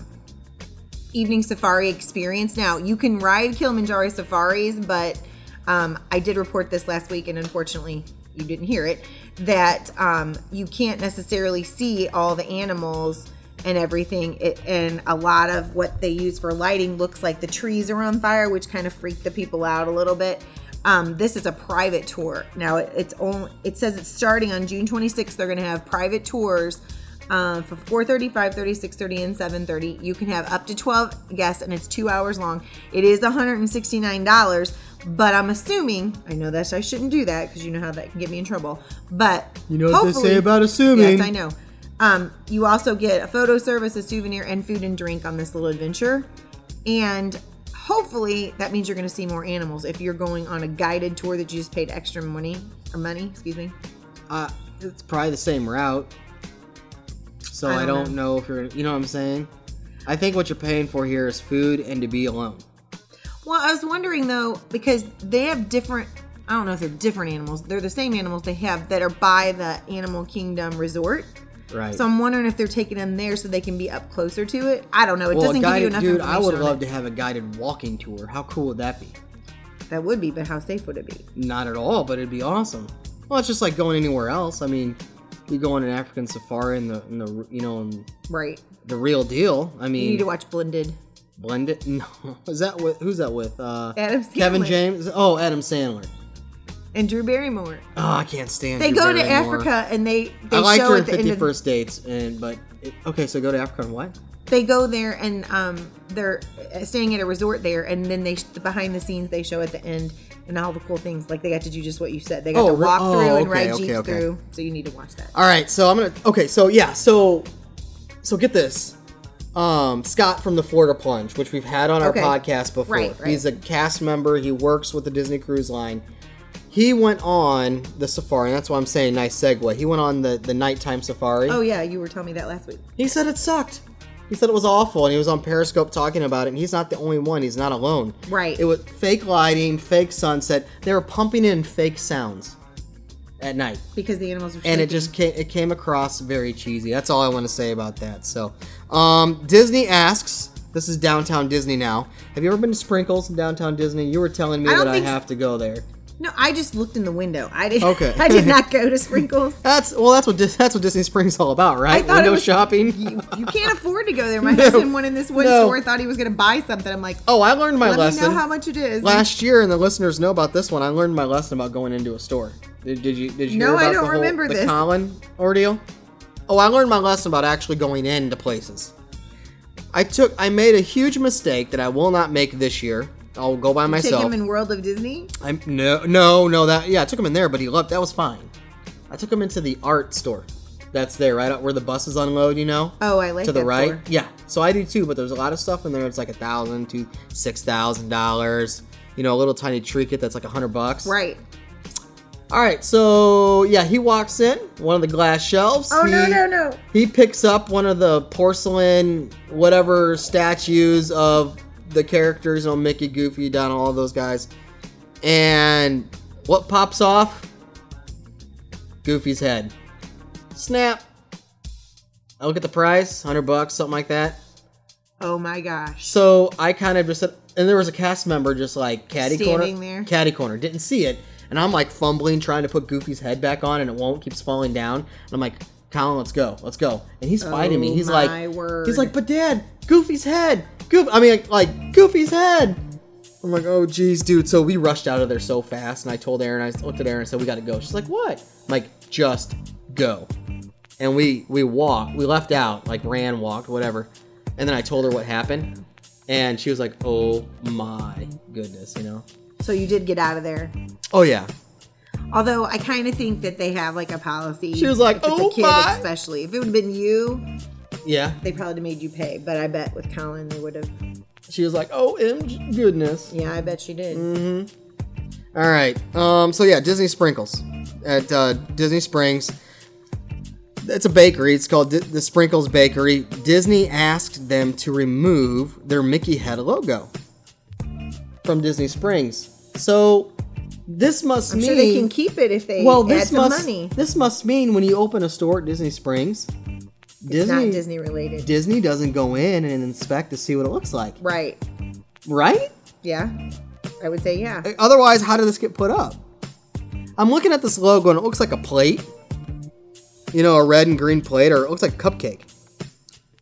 D: evening safari experience now. You can ride Kilimanjaro safaris, but um I did report this last week and unfortunately you didn't hear it that um you can't necessarily see all the animals and everything it, and a lot of what they use for lighting looks like the trees are on fire which kind of freaked the people out a little bit um, this is a private tour now it, it's only it says it's starting on june 26th they're going to have private tours uh, for 4.30 5.30 6.30 and 7.30 you can have up to 12 guests and it's two hours long it is $169 but i'm assuming i know that i shouldn't do that because you know how that can get me in trouble but
C: You know what they
D: hopefully-
C: say about assuming.
D: yes i know um, you also get a photo service a souvenir and food and drink on this little adventure and hopefully that means you're going to see more animals if you're going on a guided tour that you just paid extra money or money excuse me
C: Uh, it's probably the same route. So
D: I
C: I
D: don't
C: don't know if you're, you know what I'm saying? I think what you're paying for here is food and to be alone.
D: Well, I was wondering though, because they have different. I don't know if they're different animals. They're the same animals they have that are by the Animal Kingdom Resort.
C: Right.
D: So I'm wondering if they're taking them there so they can be up closer to it. I don't know. It
C: well, a
D: doesn't give you
C: guided,
D: enough
C: dude, I
D: information.
C: would love to have a guided walking tour. How cool would that be?
D: to. That would be, but how safe would it be?
C: Not at all, but it'd be awesome. Well, it's just like going anywhere else. I mean, you go on an African safari and the, and the you know, and
D: Right.
C: the real deal. I
D: You need
C: mean,
D: to watch Blended.
C: blend it. No, is that with who's that with? Uh,
D: Adam
C: Kevin
D: Sandler.
C: James. Oh, Adam Sandler.
D: And Drew Barrymore.
C: Oh, I can't stand.
D: They
C: you
D: go to
C: very more.
D: Africa and they, they
C: I liked
D: show
C: her in
D: at the end
C: Fifty
D: of
C: First Dates, and but it, okay, so go to Africa and what?
D: they go there and um, they're staying at a resort there, and then they the behind the scenes they show at the end and all the cool things. Like they got to do just what you said. They got
C: Oh,
D: to
C: re-
D: walk
C: oh,
D: through
C: okay,
D: and ride
C: okay,
D: jeeps
C: okay.
D: through. So you need to watch that.
C: All right, so I'm gonna okay, so yeah, so so get this. Um, Scott from the Florida Plunge, which we've had on our
D: Okay.
C: podcast before.
D: Right, right.
C: He's a cast member. He works with the Disney Cruise Line. he went on the safari, and that's why I'm saying nice segue. He went on the, the nighttime safari.
D: Oh yeah, you were telling me that last week.
C: He said it sucked. He said it was awful, and he was on Periscope talking about it. And he's not the only one. He's not alone.
D: Right.
C: It was fake lighting, fake sunset. They were pumping in fake sounds at night,
D: Because the animals were
C: and it
D: sleeping.
C: just came, it came across very cheesy. That's all I want to say about that. So, um, Disney asks. This is downtown Disney now. Have you ever been to Sprinkles in downtown Disney? You were telling me
D: I don't
C: that I
D: think s-
C: have to go there.
D: No, I just looked in the window. I did.
C: Okay.
D: I did not go to Sprinkles.
C: That's well. That's what Dis- that's what Disney Springs is all about,
D: I
C: right?
D: thought
C: Window
D: it was
C: shopping.
D: You, you can't afford to go there. My husband went in this one
C: no.
D: store, thought he was going to buy something. I'm like,
C: Oh, I learned my
D: let
C: lesson.
D: me know how much it is.
C: Last year, and the listeners know about this one. I learned my lesson about going into a store. Did, did you? Did you?
D: No,
C: hear
D: I
C: about
D: don't
C: the whole,
D: remember
C: the
D: this.
C: Colin ordeal. Oh, I learned my lesson about actually going into places. I took. I made a huge mistake that I will not make this year. I'll go by
D: Take
C: myself.
D: him in World of Disney.
C: I'm no, no, no. That yeah, I took him in there, but he left. That was fine. I took him into the art store. That's there, right out where the buses unload. You know
D: Oh, I like
C: to the
D: that
C: right.
D: store.
C: Yeah, so I do too. But there's a lot of stuff in there. It's like a thousand to six thousand dollars. You know, a little tiny trinket that's like a hundred bucks.
D: Right.
C: All right. So yeah, he walks in one of the glass shelves.
D: Oh no
C: He-
D: no no.
C: He picks up one of the porcelain whatever statues of the characters, you know, Mickey, Goofy, Donald, all those guys. And what pops off? Goofy's head. Snap. I look at the price, hundred bucks, something like that.
D: Oh my gosh.
C: So I kind of just said, and there was a cast member just like caddy
D: Standing
C: corner,
D: there.
C: caddy corner, didn't see it, and I'm like fumbling trying to put Goofy's head back on, and it won't, keeps falling down, and I'm like, Colin, let's go, let's go, and he's fighting me.
D: Oh,
C: He's
D: my
C: like,
D: word.
C: he's like, but Dad, Goofy's head, Goof, I mean like, like Goofy's head. I'm like, oh geez, dude. So we rushed out of there so fast, and I told Aaron, I looked at Aaron, and said, we got to go. She's like, what? I'm like, just go and we we walked we left out like ran walked whatever and then i told her what happened and she was like oh my goodness you know
D: So you did get out of there.
C: oh yeah
D: Although I kind of think that they have like a policy.
C: She was like,
D: if it's
C: "Oh
D: a kid
C: my."
D: especially. If it would have been you,
C: yeah
D: they probably made you pay. But I bet with Colin, they would have.
C: she was like oh m goodness
D: Yeah, I bet she did.
C: Mm, all right um so yeah disney sprinkles at uh, disney springs it's a bakery it's called Di- the sprinkles bakery disney asked them to remove their mickey head logo from disney springs so this must
D: I'm
C: mean
D: sure they can keep it if they
C: well,
D: add
C: this
D: some
C: must
D: money.
C: this must mean when you open a store at Disney Springs,
D: It's
C: Disney
D: not Disney related.
C: Disney doesn't go in and inspect to see what it looks like,
D: right.
C: right?
D: Yeah. I would say yeah.
C: Otherwise, how did this get put up? I'm looking at this logo and it looks like a plate, you know, a red and green plate, or it looks like a cupcake,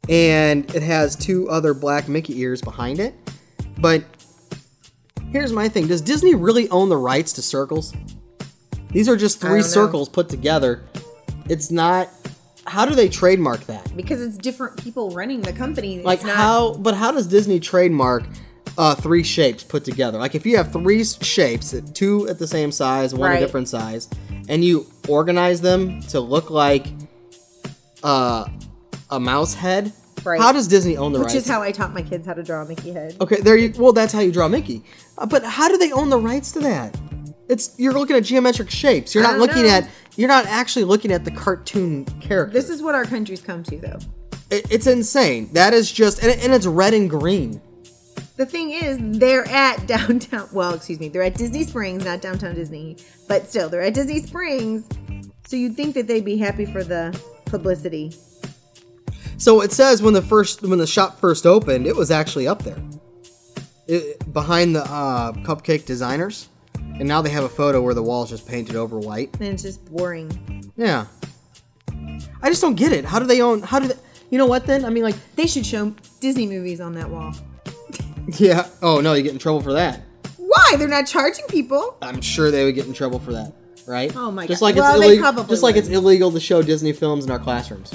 C: and it has two other black Mickey ears behind it. But here's my thing: Does Disney really own the rights to circles? These are just
D: don't
C: three
D: know.
C: circles put together. It's not. How do they trademark that?
D: Because it's different people running the company. It's
C: Like
D: not,
C: how? But how does Disney trademark uh, three shapes put together? Like if you have three s- shapes, two at the same size, one
D: Right.
C: a different size, and you organize them to look like uh, a mouse head.
D: Right.
C: How does Disney own the
D: Which
C: rights?
D: is how I taught my kids how to draw Mickey head.
C: okay, there you. Well, that's how you draw Mickey. Uh, but how do they own the rights to that? It's you're looking at geometric shapes. You're not
D: I don't
C: looking
D: know.
C: at. You're not actually looking at the cartoon character.
D: This is what our country's come to, though.
C: It- it's insane. That is just and, it- and it's red and green.
D: The thing is, they're at downtown. Well, excuse me, they're at Disney Springs, not downtown Disney, but still, they're at Disney Springs. So you'd think that they'd be happy for the publicity.
C: So it says when the first when the shop first opened, it was actually up there, it, behind the uh, cupcake designers, and now they have a photo where the wall's just painted over white.
D: And it's just boring.
C: Yeah, I just don't get it. How do they own? How do they? You know what? Then I mean, like,
D: They should show Disney movies on that wall.
C: yeah. Oh no, you get in trouble for that.
D: Why? They're not charging people.
C: I'm sure they would get in trouble for that, right?
D: Oh my
C: Just
D: God.
C: like
D: Well,
C: it's
D: they
C: illegal.
D: probably
C: Just like it's
D: would.
C: illegal to show Disney films in our classrooms.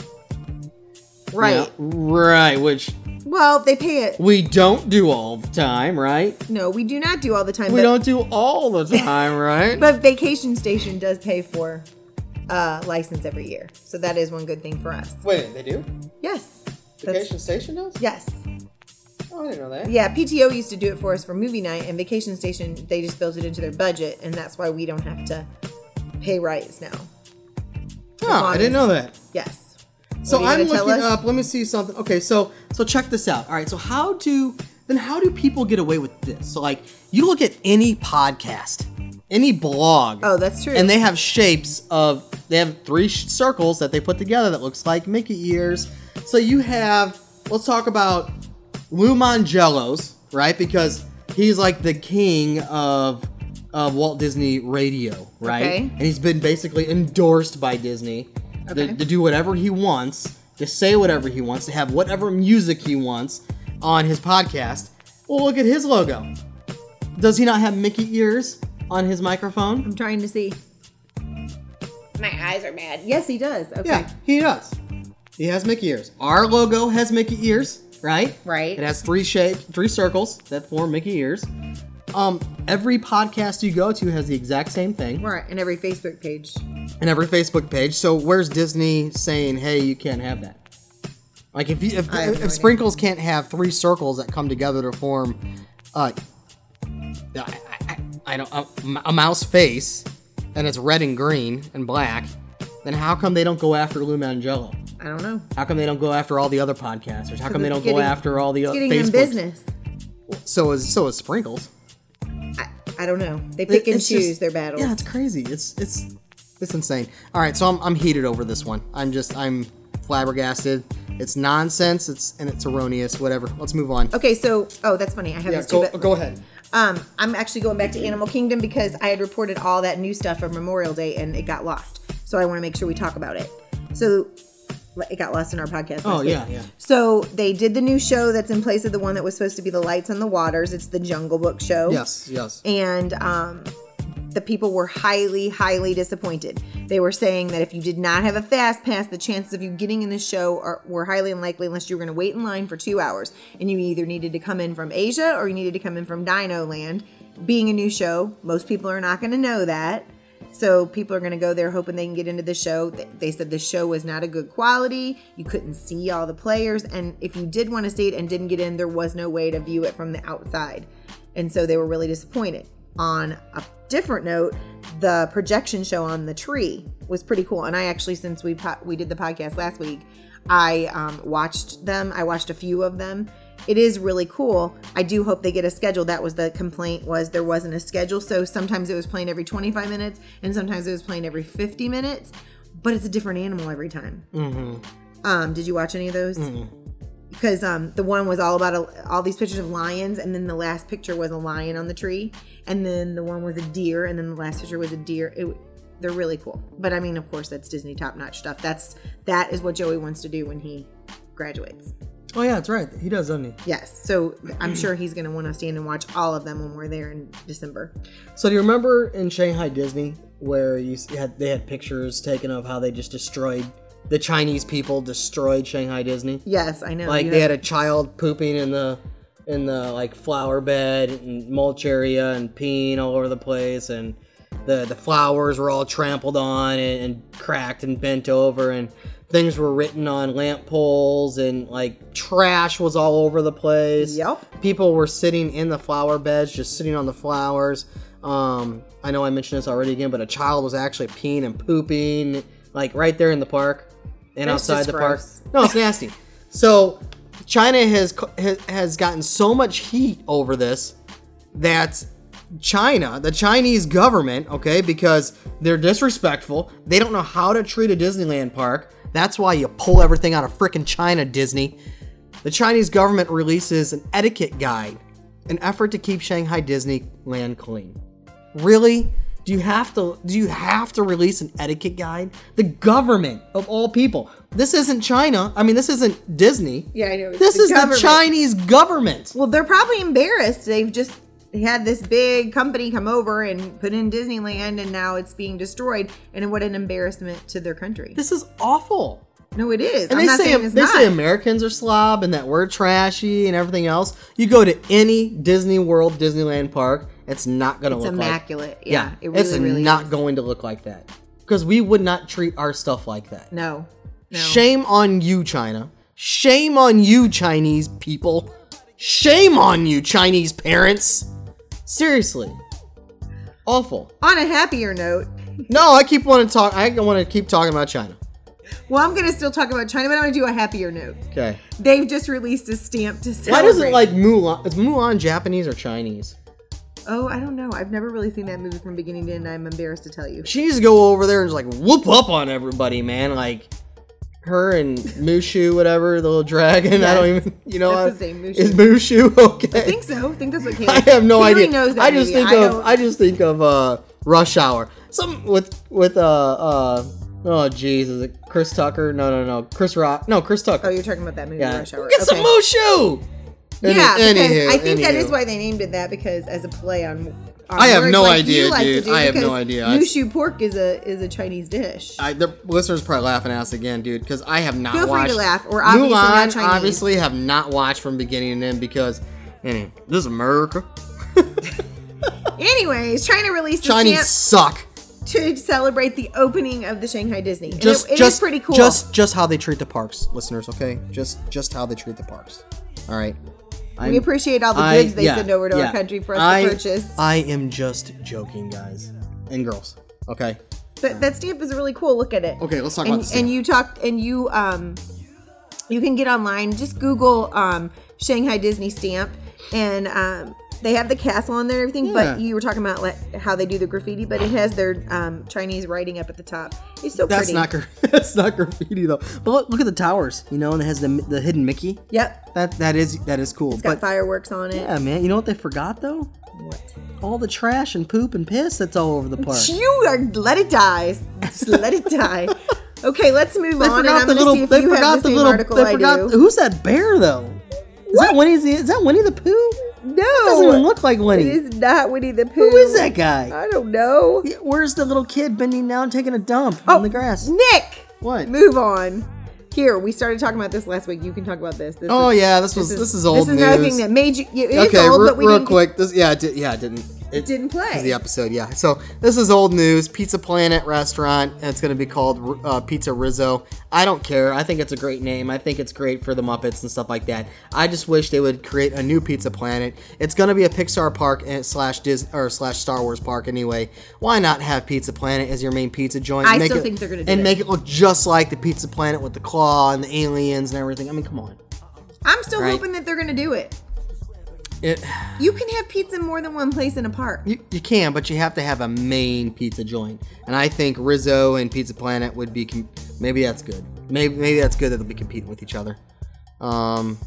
D: Right.
C: Yeah, right. Which
D: Well, they pay it.
C: we don't do all the time, right?
D: No, we do not do all the time.
C: We
D: but,
C: don't do all the time, right?
D: But Vacation Station does pay for a license every year. So that is one good thing for us.
C: Wait, they do?
D: Yes. That's-
C: Vacation Station does?
D: Yes.
C: Oh, I didn't know that.
D: Yeah, PTO used to do it for us for movie night, and Vacation Station they just built it into their budget, and that's why we don't have to pay rights now.
C: Oh, I didn't know that.
D: Yes.
C: So
D: What are you
C: I'm
D: gonna tell
C: looking
D: us?
C: up. Let me see something. Okay, so so check this out. All right, so how do then how do people get away with this? So like you look at any podcast, any blog.
D: Oh, that's true.
C: And they have shapes of they have three sh- circles that they put together that looks like Mickey ears. So you have let's talk about Lou Mangello's, right? Because he's like the king of of Walt Disney radio, right?
D: Okay.
C: And he's been basically endorsed by Disney to-
D: Okay.
C: to, do whatever he wants, to say whatever he wants, to have whatever music he wants on his podcast. Well, look at his logo. Does he not have Mickey ears on his microphone?
D: I'm trying to see. My eyes are bad. Yes, he does. Okay.
C: Yeah, he does. He has Mickey ears. Our logo has Mickey ears, right?
D: Right.
C: It has three shapes, three circles that form Mickey ears. Um, every podcast you go to has the exact same thing,
D: Right, and every Facebook page.
C: and every Facebook page. So where's Disney saying, "Hey, you can't have that"? Like if you, if,
D: I have no
C: if
D: idea.
C: sprinkles can't have three circles that come together to form, uh, I, I- I, I don't a, a mouse face, and it's red and green and black, then how come they don't go after Lou Mangello?
D: I don't know.
C: How come they don't go after all the other podcasters? How come they
D: it's
C: don't go
D: getting-
C: after all the
D: It's
C: other
D: getting in
C: Facebook?
D: business.
C: So is so is Sprinkles.
D: I, I don't know. They
C: It-
D: pick and
C: it's just-
D: choose their battles.
C: Yeah, it's crazy. It's it's it's insane. All right, so I'm I'm heated over this one. I'm just I'm flabbergasted. It's nonsense. It's and it's erroneous. Whatever. Let's move on.
D: Okay, so oh, that's funny. I have
C: Yeah,
D: this too,
C: go,
D: but-
C: go ahead.
D: Um, I'm actually going back to Animal Kingdom because I had reported all that new stuff of Memorial Day and it got lost. So I want to make sure we talk about it. So it got lost in our podcast.
C: Oh
D: last week.
C: yeah, yeah.
D: So they did the new show that's in place of the one that was supposed to be the Lights on the Waters. It's the Jungle Book show.
C: Yes, yes.
D: And um, the people were highly, highly disappointed. They were saying that if you did not have a fast pass, the chances of you getting in the show are, were highly unlikely unless you were going to wait in line for two hours. And you either needed to come in from Asia or you needed to come in from Dino Land. Being a new show, most people are not going to know that. So people are going to go there hoping they can get into the show. Th- They said the show was not a good quality. You couldn't see all the players. And if you did want to see it and didn't get in, there was no way to view it from the outside. And so they were really disappointed. On a different note, the projection show on the tree was pretty cool. And I actually, since we po- we did the podcast last week, I um, watched them. I watched a few of them. It is really cool. I do hope they get a schedule. That was the complaint was there wasn't a schedule. So sometimes it was playing every 25 minutes, and sometimes it was playing every 50 minutes. But it's a different animal every time.
C: Mm-hmm,
D: Um, did you watch any of those?
C: Mm.
D: Because um, the one was all about a, all these pictures of lions, and then the last picture was a lion on the tree, and then the one was a deer, and then the last picture was a deer. It, they're really cool. But I mean, of course, that's Disney top notch stuff. That's that is what Joey wants to do when he graduates.
C: Oh yeah, that's right. He does, doesn't he?
D: Yes, so I'm sure he's going to want to stand and watch all of them when we're there in December.
C: So do you remember in Shanghai Disney where you s- had they had pictures taken of how they just destroyed the Chinese people destroyed Shanghai Disney?
D: Yes, I know.
C: like
D: you
C: they
D: have-
C: had a child pooping in the in the like flower bed and mulch area and peeing all over the place and the the flowers were all trampled on and, and cracked and bent over and things were written on lamp poles and like trash was all over the place
D: Yep.
C: people were sitting in the flower beds just sitting on the flowers um i know i mentioned this already again but a child was actually peeing and pooping like right there in the park and
D: That's
C: outside
D: just
C: the
D: gross.
C: park no it's nasty so china has co- ha- has gotten so much heat over this that China, the Chinese government, okay, because they're disrespectful. They don't know how to treat a Disneyland park. That's why you pull everything out of frickin' China, Disney. The Chinese government releases an etiquette guide, an effort to keep Shanghai Disneyland clean. Really? Do you have to do you have to release an etiquette guide? The government of all people. This isn't China. I mean, this isn't Disney.
D: Yeah, I know. It's
C: This
D: the
C: is
D: government.
C: the Chinese government.
D: Well, they're probably embarrassed. They've just had this big company come over and put in Disneyland, and now it's being destroyed. And what an embarrassment to their country.
C: This is awful.
D: No, it is.
C: And
D: I'm
C: they
D: not
C: say
D: saying it's
C: they
D: not.
C: say Americans are slob and that we're trashy and everything else. You go to any Disney World, Disneyland park, it's not gonna
D: it's
C: look
D: immaculate.
C: like
D: yeah, it really,
C: it's
D: really
C: not
D: is.
C: going to look like that because we would not treat our stuff like that.
D: No, no.
C: Shame on you, China. Shame on you, Chinese people. Shame on you, Chinese parents. Seriously. Awful.
D: On a happier note,
C: No, I keep wanting to talk. I want to keep talking about China.
D: well, I'm gonna still talk about China, but I'm gonna do a happier note.
C: Okay.
D: They've just released a stamp to
C: Why
D: celebrate.
C: doesn't like Mulan? Is Mulan Japanese or Chinese?
D: Oh, I don't know. I've never really seen that movie from beginning to end. I'm embarrassed to tell you.
C: She needs to go over there and just like whoop up on everybody, man. Like her and Mushu, whatever the little dragon. I don't
D: Yes.
C: even, you know,
D: That's
C: I-
D: his name, Mushu.
C: Is Mushu okay?
D: I think so. I think that's what Kaylee.
C: I have no
D: Kaylee
C: idea.
D: Knows that
C: I just
D: movie.
C: think
D: I
C: of
D: don't-
C: I just think of uh Rush Hour. Some with with uh uh oh jeez, is it Chris Tucker? No no no Chris Rock. No Chris Tucker.
D: oh, you're talking about that movie,
C: yeah.
D: Rush Hour.
C: Get some
D: Okay.
C: Mushu. Any-
D: Yeah,
C: anywho,
D: because I think that
C: anywho.
D: is why they named it that because as a play on. on
C: I have
D: words
C: no
D: like
C: idea,
D: you like to
C: dude.
D: do,
C: I have no
D: because
C: idea. I-
D: Mushu pork is a is a Chinese dish.
C: I, the listeners probably laughing at us again, dude, because I have not
D: Feel free to
C: watched.
D: laugh. We're obviously
C: Mulan,
D: not Chinese.
C: obviously have not watched from beginning to end because, anyway, this is America.
D: Anyways, China released a
C: Chinese
D: stamp
C: suck.
D: to celebrate the opening of the Shanghai Disney. And
C: Just,
D: it, it is
C: just
D: pretty cool.
C: Just, just how they treat the parks, listeners. Okay, just, just how they treat the parks. All right. I'm-
D: we appreciate all the
C: I-
D: goods they
C: yeah,
D: send over to
C: yeah.
D: our country for us
C: I-
D: to purchase.
C: I am just joking, guys and girls. Okay.
D: That, that stamp is really cool. Look at it.
C: Okay, let's talk
D: and,
C: about the stamp.
D: And you talked and you um you can get online, just Google um Shanghai Disney stamp and um they have the castle on there and everything,
C: Yeah.
D: but you were talking about like, how they do the graffiti, but it has their um, Chinese writing up at the top. It's so
C: That's
D: pretty.
C: not gra- that's not graffiti though. But look, look at the towers, you know, and it has the, the hidden Mickey.
D: Yep.
C: That that is that is cool.
D: It's got
C: but
D: fireworks on it.
C: Yeah, man. You know what they forgot though?
D: What?
C: All the trash and poop and piss that's all over the park.
D: You are let it die. Just let it die. Okay, let's move
C: They
D: on. And
C: forgot
D: I'm
C: the
D: going
C: little.
D: to see if
C: they
D: you
C: forgot
D: have the
C: the
D: same
C: little.
D: article
C: They
D: I
C: forgot.
D: do.
C: Who's that bear though? Is that Winnie the? Is that Winnie the Pooh?
D: No,
C: That doesn't even look like
D: it
C: Winnie.
D: is not Winnie the Pooh.
C: Who is that guy?
D: I don't know.
C: Yeah, Where's the little kid bending down taking a dump
D: Oh,
C: on the grass?
D: Nick,
C: What?
D: move on. Here, we started talking about this last week. You can talk about this. this
C: Oh
D: is,
C: yeah, this was this is, old
D: This is another thing that made you. It is
C: okay,
D: old,
C: re-
D: but we
C: real
D: didn't,
C: quick. This yeah, it did, yeah, it didn't.
D: It didn't play.
C: is the episode. Yeah. So this is old news. Pizza Planet restaurant. And it's going to be called uh, Pizza Rizzo. I don't care. I think it's a great name. I think it's great for the Muppets and stuff like that. I just wish they would create a new Pizza Planet. It's going to be a Pixar park and slash Dis or slash Star Wars park anyway. Why not have Pizza Planet as your main pizza joint?
D: I
C: Make
D: still
C: it-
D: think they're gonna do
C: and
D: it.
C: make it look just like the Pizza Planet with the claw and the aliens and everything. I mean, come on.
D: I'm still
C: Right.
D: hoping that they're going to do it.
C: It,
D: You can have pizza in more than one place in a park.
C: You, you can, but you have to have a main pizza joint. And I think Rizzo and Pizza Planet would be. Com- maybe that's good. Maybe maybe that's good that they'll be competing with each other. Um.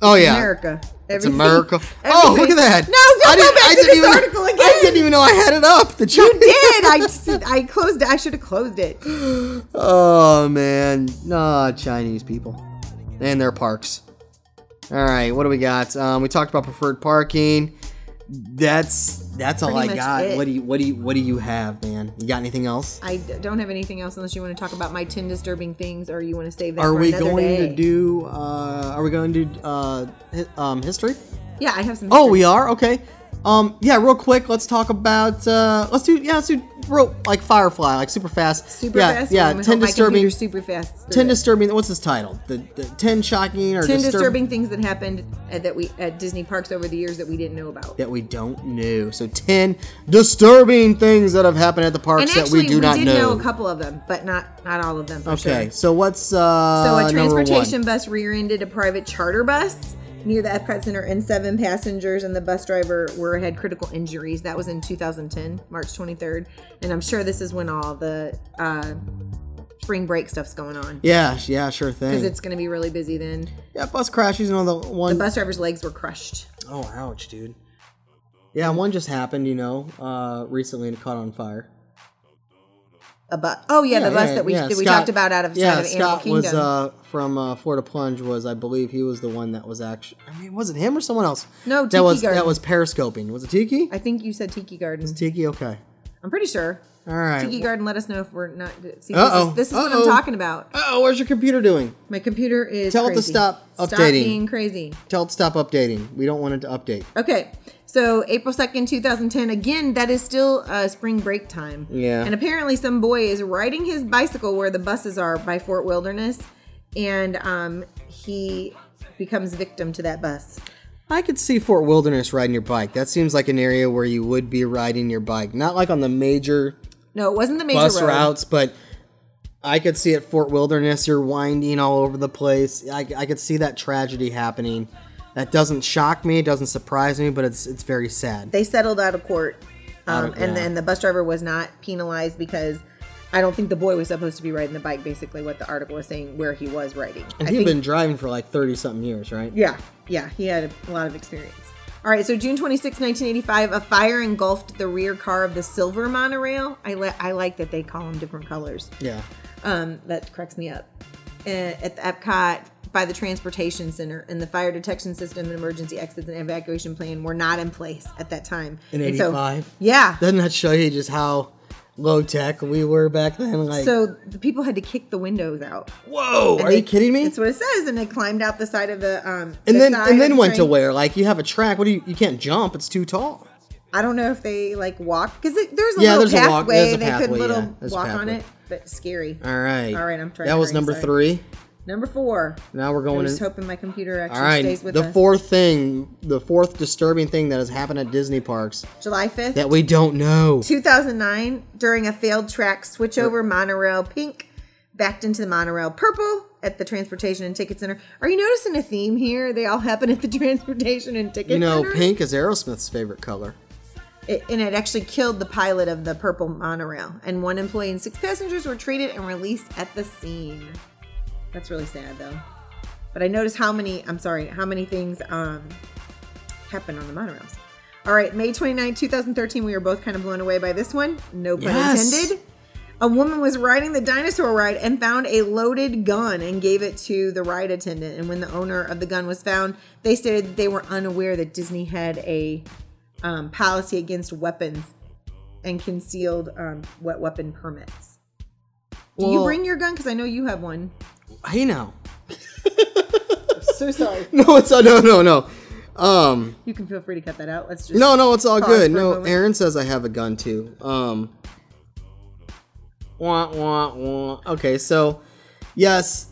C: Oh yeah.
D: America.
C: It's
D: Everything-
C: America. Oh, look
D: everything-
C: at that.
D: No, don't go back to this
C: even,
D: article again.
C: I didn't even know I had it up. The
D: You
C: China-
D: did. I just- I closed. it. I should have closed it.
C: Oh man, nah, Chinese people and their parks. All right, what do we got? Um, we talked about preferred parking. That's that's all
D: Pretty
C: I
D: much
C: got.
D: it.
C: What do you what do you what do you have, man? You got anything else?
D: I d- don't have anything else unless you want to talk about my ten disturbing things, or you want to save that
C: Are
D: for
C: we
D: another
C: going
D: day.
C: to do? Uh, are we going to do uh, hi- um, history?
D: Yeah, I have some.
C: Oh, we are. Okay. Um, yeah, real quick. Let's talk about. Uh, let's do. Yeah, let's do. Real like Firefly, like super fast.
D: super
C: yeah,
D: fast.
C: Yeah,
D: one. I
C: ten
D: hope my
C: disturbing.
D: computer's super fast.
C: Ten disturbing. What's his title? The, the ten shocking or
D: ten
C: disturb-
D: disturbing things that happened at, that we at Disney parks over the years that we didn't know about.
C: that we don't know. So ten disturbing things that have happened at the parks
D: And actually,
C: that we do not
D: did
C: know.
D: know. a couple of them, but not not all of them. For
C: okay,
D: Sure.
C: so what's uh?
D: So a
C: number one?
D: transportation bus rear-ended a private charter bus near the Epcot Center, and seven passengers and the bus driver were had critical injuries. That was in 2010, March 23rd, and I'm sure this is when all the uh, spring break stuff's going on
C: Yeah, yeah, sure thing.
D: because it's going to be really busy then.
C: yeah, bus crashes and all the one.
D: The bus driver's legs were crushed.
C: Oh, ouch, dude. Yeah, one just happened, you know, uh, recently and it caught on fire.
D: A bus. Oh yeah, the bus that we that we
C: Scott-
D: talked about out of
C: yeah,
D: out of Animal
C: Scott
D: Kingdom.
C: was uh, from uh, Florida Plunge. Was I believe he was the one that was actually. I mean, was it him or someone else?
D: No, Tiki
C: that was
D: Garden.
C: that was periscoping. Was it Tiki?
D: I think you said Tiki Garden.
C: Tiki, okay.
D: I'm pretty sure.
C: All right.
D: Tiki Garden, let us know if we're not. See,
C: Uh-oh.
D: this is, this is what I'm
C: Uh-oh.
D: talking about.
C: Oh, where's your computer doing?
D: My computer is.
C: Tell it to
D: crazy.
C: stop
D: Stop
C: updating.
D: being crazy.
C: Tell it to stop updating. We don't want it to update.
D: Okay, so April 2nd, 2010. Again, that is still uh, spring break time.
C: Yeah.
D: And apparently, some boy is riding his bicycle where the buses are by Fort Wilderness, and um, he becomes victim to that bus.
C: I could see Fort Wilderness riding your bike. That seems like an area where you would be riding your bike. Not like on the major
D: No, it wasn't the major
C: bus
D: road.
C: routes, but I could see at Fort Wilderness you're winding all over the place. I, I could see that tragedy happening. That doesn't shock me, it doesn't surprise me, but it's it's very sad.
D: They settled out of court, um,
C: Out of-
D: and
C: yeah.
D: then the bus driver was not penalized because I don't think the boy was supposed to be riding the bike. Basically, what the article was saying, where he was riding.
C: And
D: I
C: he'd
D: think-
C: been driving for like thirty something years, right?
D: Yeah, yeah, he had a lot of experience. All right, so June 26, 1985, a fire engulfed the rear car of the silver monorail. I, li- I like that they call them different colors.
C: Yeah.
D: Um, that cracks me up. Uh, at the Epcot by the Transportation Center, and the fire detection system and emergency exits and evacuation plan were not in place at that time.
C: In
D: And so-
C: 85?
D: yeah.
C: Doesn't that show you just how low tech we were back then? Like
D: so the people had to kick the windows out.
C: Whoa, are
D: They-
C: you kidding me?
D: That's what it says. And they climbed out the side of the um
C: And
D: the
C: then
D: side
C: and
D: of
C: then
D: the
C: went to
D: train.
C: where? Like you have a track. What do you you can't jump, it's too tall.
D: I don't know if they like walk because there's a
C: Yeah,
D: little
C: there's a
D: pathway.
C: walk- there's a
D: they
C: pathway,
D: could little
C: yeah, there's a
D: walk on
C: pathway.
D: it, but scary.
C: All right.
D: All right, I'm trying
C: That
D: to
C: was
D: hurry,
C: number
D: sorry.
C: three.
D: Number four.
C: Now we're
D: I'm
C: going
D: just
C: in.
D: hoping my computer actually
C: All right.
D: stays with
C: The
D: us.
C: fourth thing, the fourth disturbing thing that has happened at Disney parks
D: July 5th,
C: that we don't know.
D: 2009, during a failed track switchover, monorail pink backed into the monorail purple at the Transportation and Ticket Center. Are you noticing a theme here? They all happen at the Transportation and Ticket
C: You know,
D: Center.
C: pink is Aerosmith's favorite color.
D: It, and it actually killed the pilot of the purple monorail. And one employee and six passengers were treated and released at the scene. That's really sad, though. But I noticed how many, I'm sorry, how many things um, happened on the monorails. All right, May 29, 2013, we were both kind of blown away by this one. No pun
C: Yes.
D: intended. A woman was riding the dinosaur ride and found a loaded gun and gave it to the ride attendant. And when the owner of the gun was found, they stated that they were unaware that Disney had a um, policy against weapons and concealed um, wet weapon permits. Do you
C: Well-
D: bring your gun? Because I know you have one.
C: Hey now.
D: So sorry.
C: No, it's uh, no, no, no. Um,
D: You can feel free to cut that out. Let's just
C: no, no, it's all
D: Pause
C: good.
D: for a
C: No,
D: moment.
C: Aaron says I have a gun too. Um, wah, wah, wah. Okay, so yes,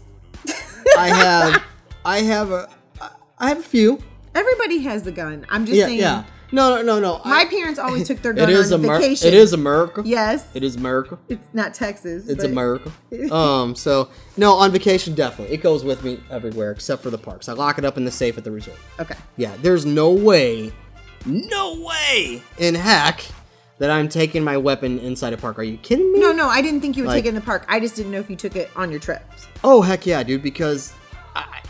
C: I have, I have a, I have a few.
D: Everybody has a gun. I'm just
C: Yeah,
D: saying.
C: yeah. No, no, no, no.
D: My
C: I,
D: parents always took their
C: it
D: gun
C: is
D: on
C: America.
D: vacation.
C: It is America.
D: Yes.
C: It is America.
D: It's not Texas.
C: It's
D: but-
C: America. um, so no, on vacation definitely it goes with me everywhere except for the parks. I lock it up in the safe at the resort.
D: Okay.
C: Yeah, there's no way, no way in heck that I'm taking my weapon inside a park. Are you kidding me?
D: No, no, I didn't think you would
C: Like-
D: take it in the park. I just didn't know if you took it on your trips.
C: Oh heck yeah, dude! Because I,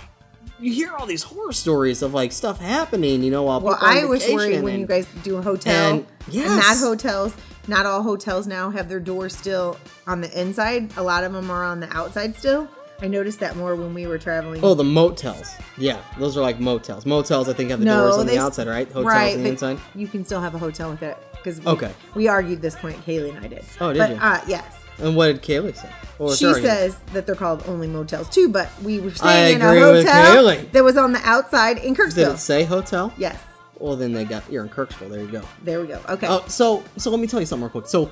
C: you hear all these horror stories of like stuff happening, you know, while
D: Well,
C: people are on
D: I was worried
C: vacation
D: when
C: and-
D: you guys do a hotel.
C: and- yes.
D: not hotels. Not all hotels now have their doors still on the inside. A lot of them are on the outside still. I noticed that more when we were traveling.
C: Oh, the motels. Yeah, those are like motels. Motels, I think, have the doors on the outside, right? Hotels on the
D: but
C: inside.
D: You can still have a hotel with it because
C: Okay.
D: we argued this point. Kaylee and I did.
C: Oh, did
D: but,
C: you?
D: Uh, yes.
C: And what did Kaylee say? Or,
D: she
C: sorry.
D: says that they're called only motels too, but we were
C: I
D: staying in a
C: agree with
D: hotel
C: Kaylee.
D: that was on the outside in
C: Did it
D: Kirksville.
C: say hotel?
D: Yes,
C: Well, then they got you're in Kirksville. There you go.
D: there we go. Okay,
C: Oh, so so let me tell you something real quick. So,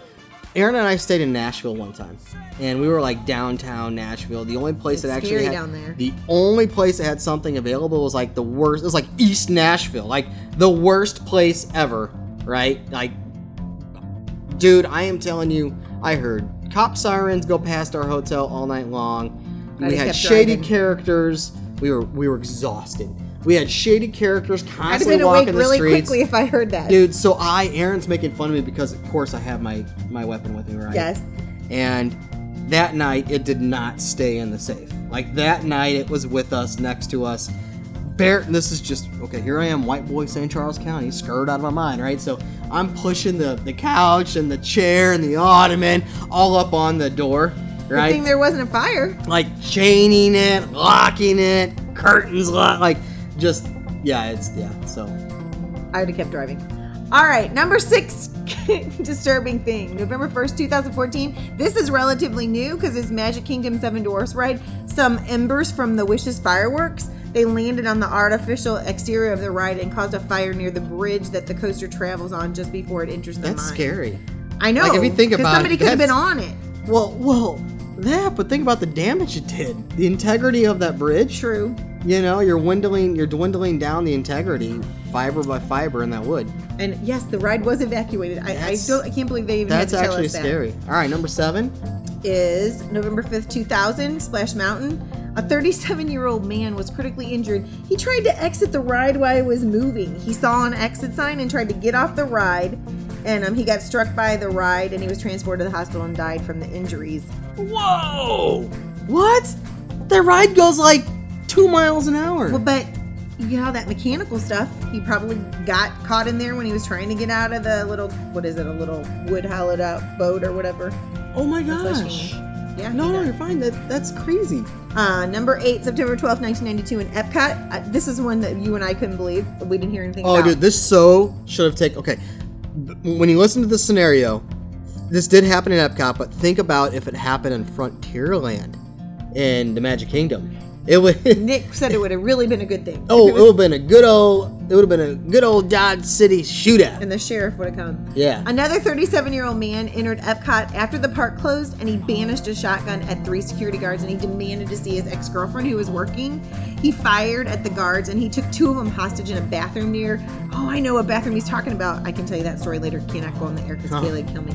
C: Aaron and I stayed in Nashville one time, and we were like downtown Nashville. The only place that
D: It's
C: actually
D: scary
C: had,
D: down there.
C: the only place that had something available was like the worst. It was like East Nashville, like the worst place ever, right? Like, dude, I am telling you, I heard cop sirens go past our hotel all night long.
D: I
C: we
D: just
C: had
D: kept
C: shady
D: driving.
C: characters. We were we were exhausted. We had shady characters
D: I'd have
C: constantly
D: been awake
C: walking the
D: really
C: streets.
D: quickly if I heard that.
C: Dude, so I Aaron's making fun of me because of course I have my my weapon with me, right?
D: Yes,
C: And that night it did not stay in the safe. Like that night it was with us, next to us. Bear this is just okay, here I am, white boy St. Charles County, scared out of my mind, right? So I'm pushing the, the couch and the chair and the ottoman all up on the door,
D: good
C: right?
D: thing there wasn't a fire.
C: like chaining it, locking it, curtains lock like just yeah, it's yeah, so
D: I would have kept driving. All right, number six disturbing thing. November 1st, 2014. This is relatively new because it's Magic Kingdom Seven Dwarfs ride. Some embers from the Wishes fireworks. They landed on the artificial exterior of the ride and caused a fire near the bridge that the coaster travels on just before it enters the
C: that's
D: mine.
C: scary.
D: I know.
C: Like, if you think
D: 'cause
C: about it,
D: somebody could have been
C: that's-
D: on it.
C: Well, well, Yeah, but think about the damage it did. The integrity of that bridge.
D: True.
C: You know, you're dwindling, you're dwindling down the integrity, fiber by fiber, in that wood.
D: And yes, the ride was evacuated. I, I
C: That's-
D: don't. I can't believe they even
C: That's
D: had to tell
C: actually
D: us that.
C: scary. All right, number seven.
D: is November 5th, 2000, Splash Mountain. A 37 year old man was critically injured. He tried to exit the ride while it was moving. He saw an exit sign and tried to get off the ride, and um, he got struck by the ride and he was transported to the hospital and died from the injuries.
C: Whoa! What? The ride goes like two miles an hour.
D: Well, but you know, that mechanical stuff, he probably got caught in there when he was trying to get out of the little, what is it, a little wood hollowed out boat or whatever.
C: oh my
D: That's what
C: gosh!
D: she- Yeah. he
C: No, no,
D: died.
C: you're fine. That that's crazy.
D: Uh, number eight, September 12th, 1992, in Epcot. Uh, this is one that you and I couldn't believe. We didn't hear anything
C: Oh,
D: about.
C: dude, this so should have taken. Okay, B- when you listen to the scenario, this did happen in Epcot, but think about if it happened in Frontierland, in the Magic Kingdom. It would.
D: Nick said it would have really been a good thing.
C: Oh,
D: If
C: it
D: it was-
C: would have been a good old. It would have been a good old Dodge City shootout.
D: and the sheriff would have come.
C: Yeah.
D: Another 37 year old man entered Epcot after the park closed and he banished a shotgun at three security guards and he demanded to see his ex girlfriend who was working. He fired at the guards and he took two of them hostage in a bathroom near. Oh, I know what bathroom he's talking about. I can tell you that story later. Cannot go on the air because
C: Huh.
D: Bailey would kill me.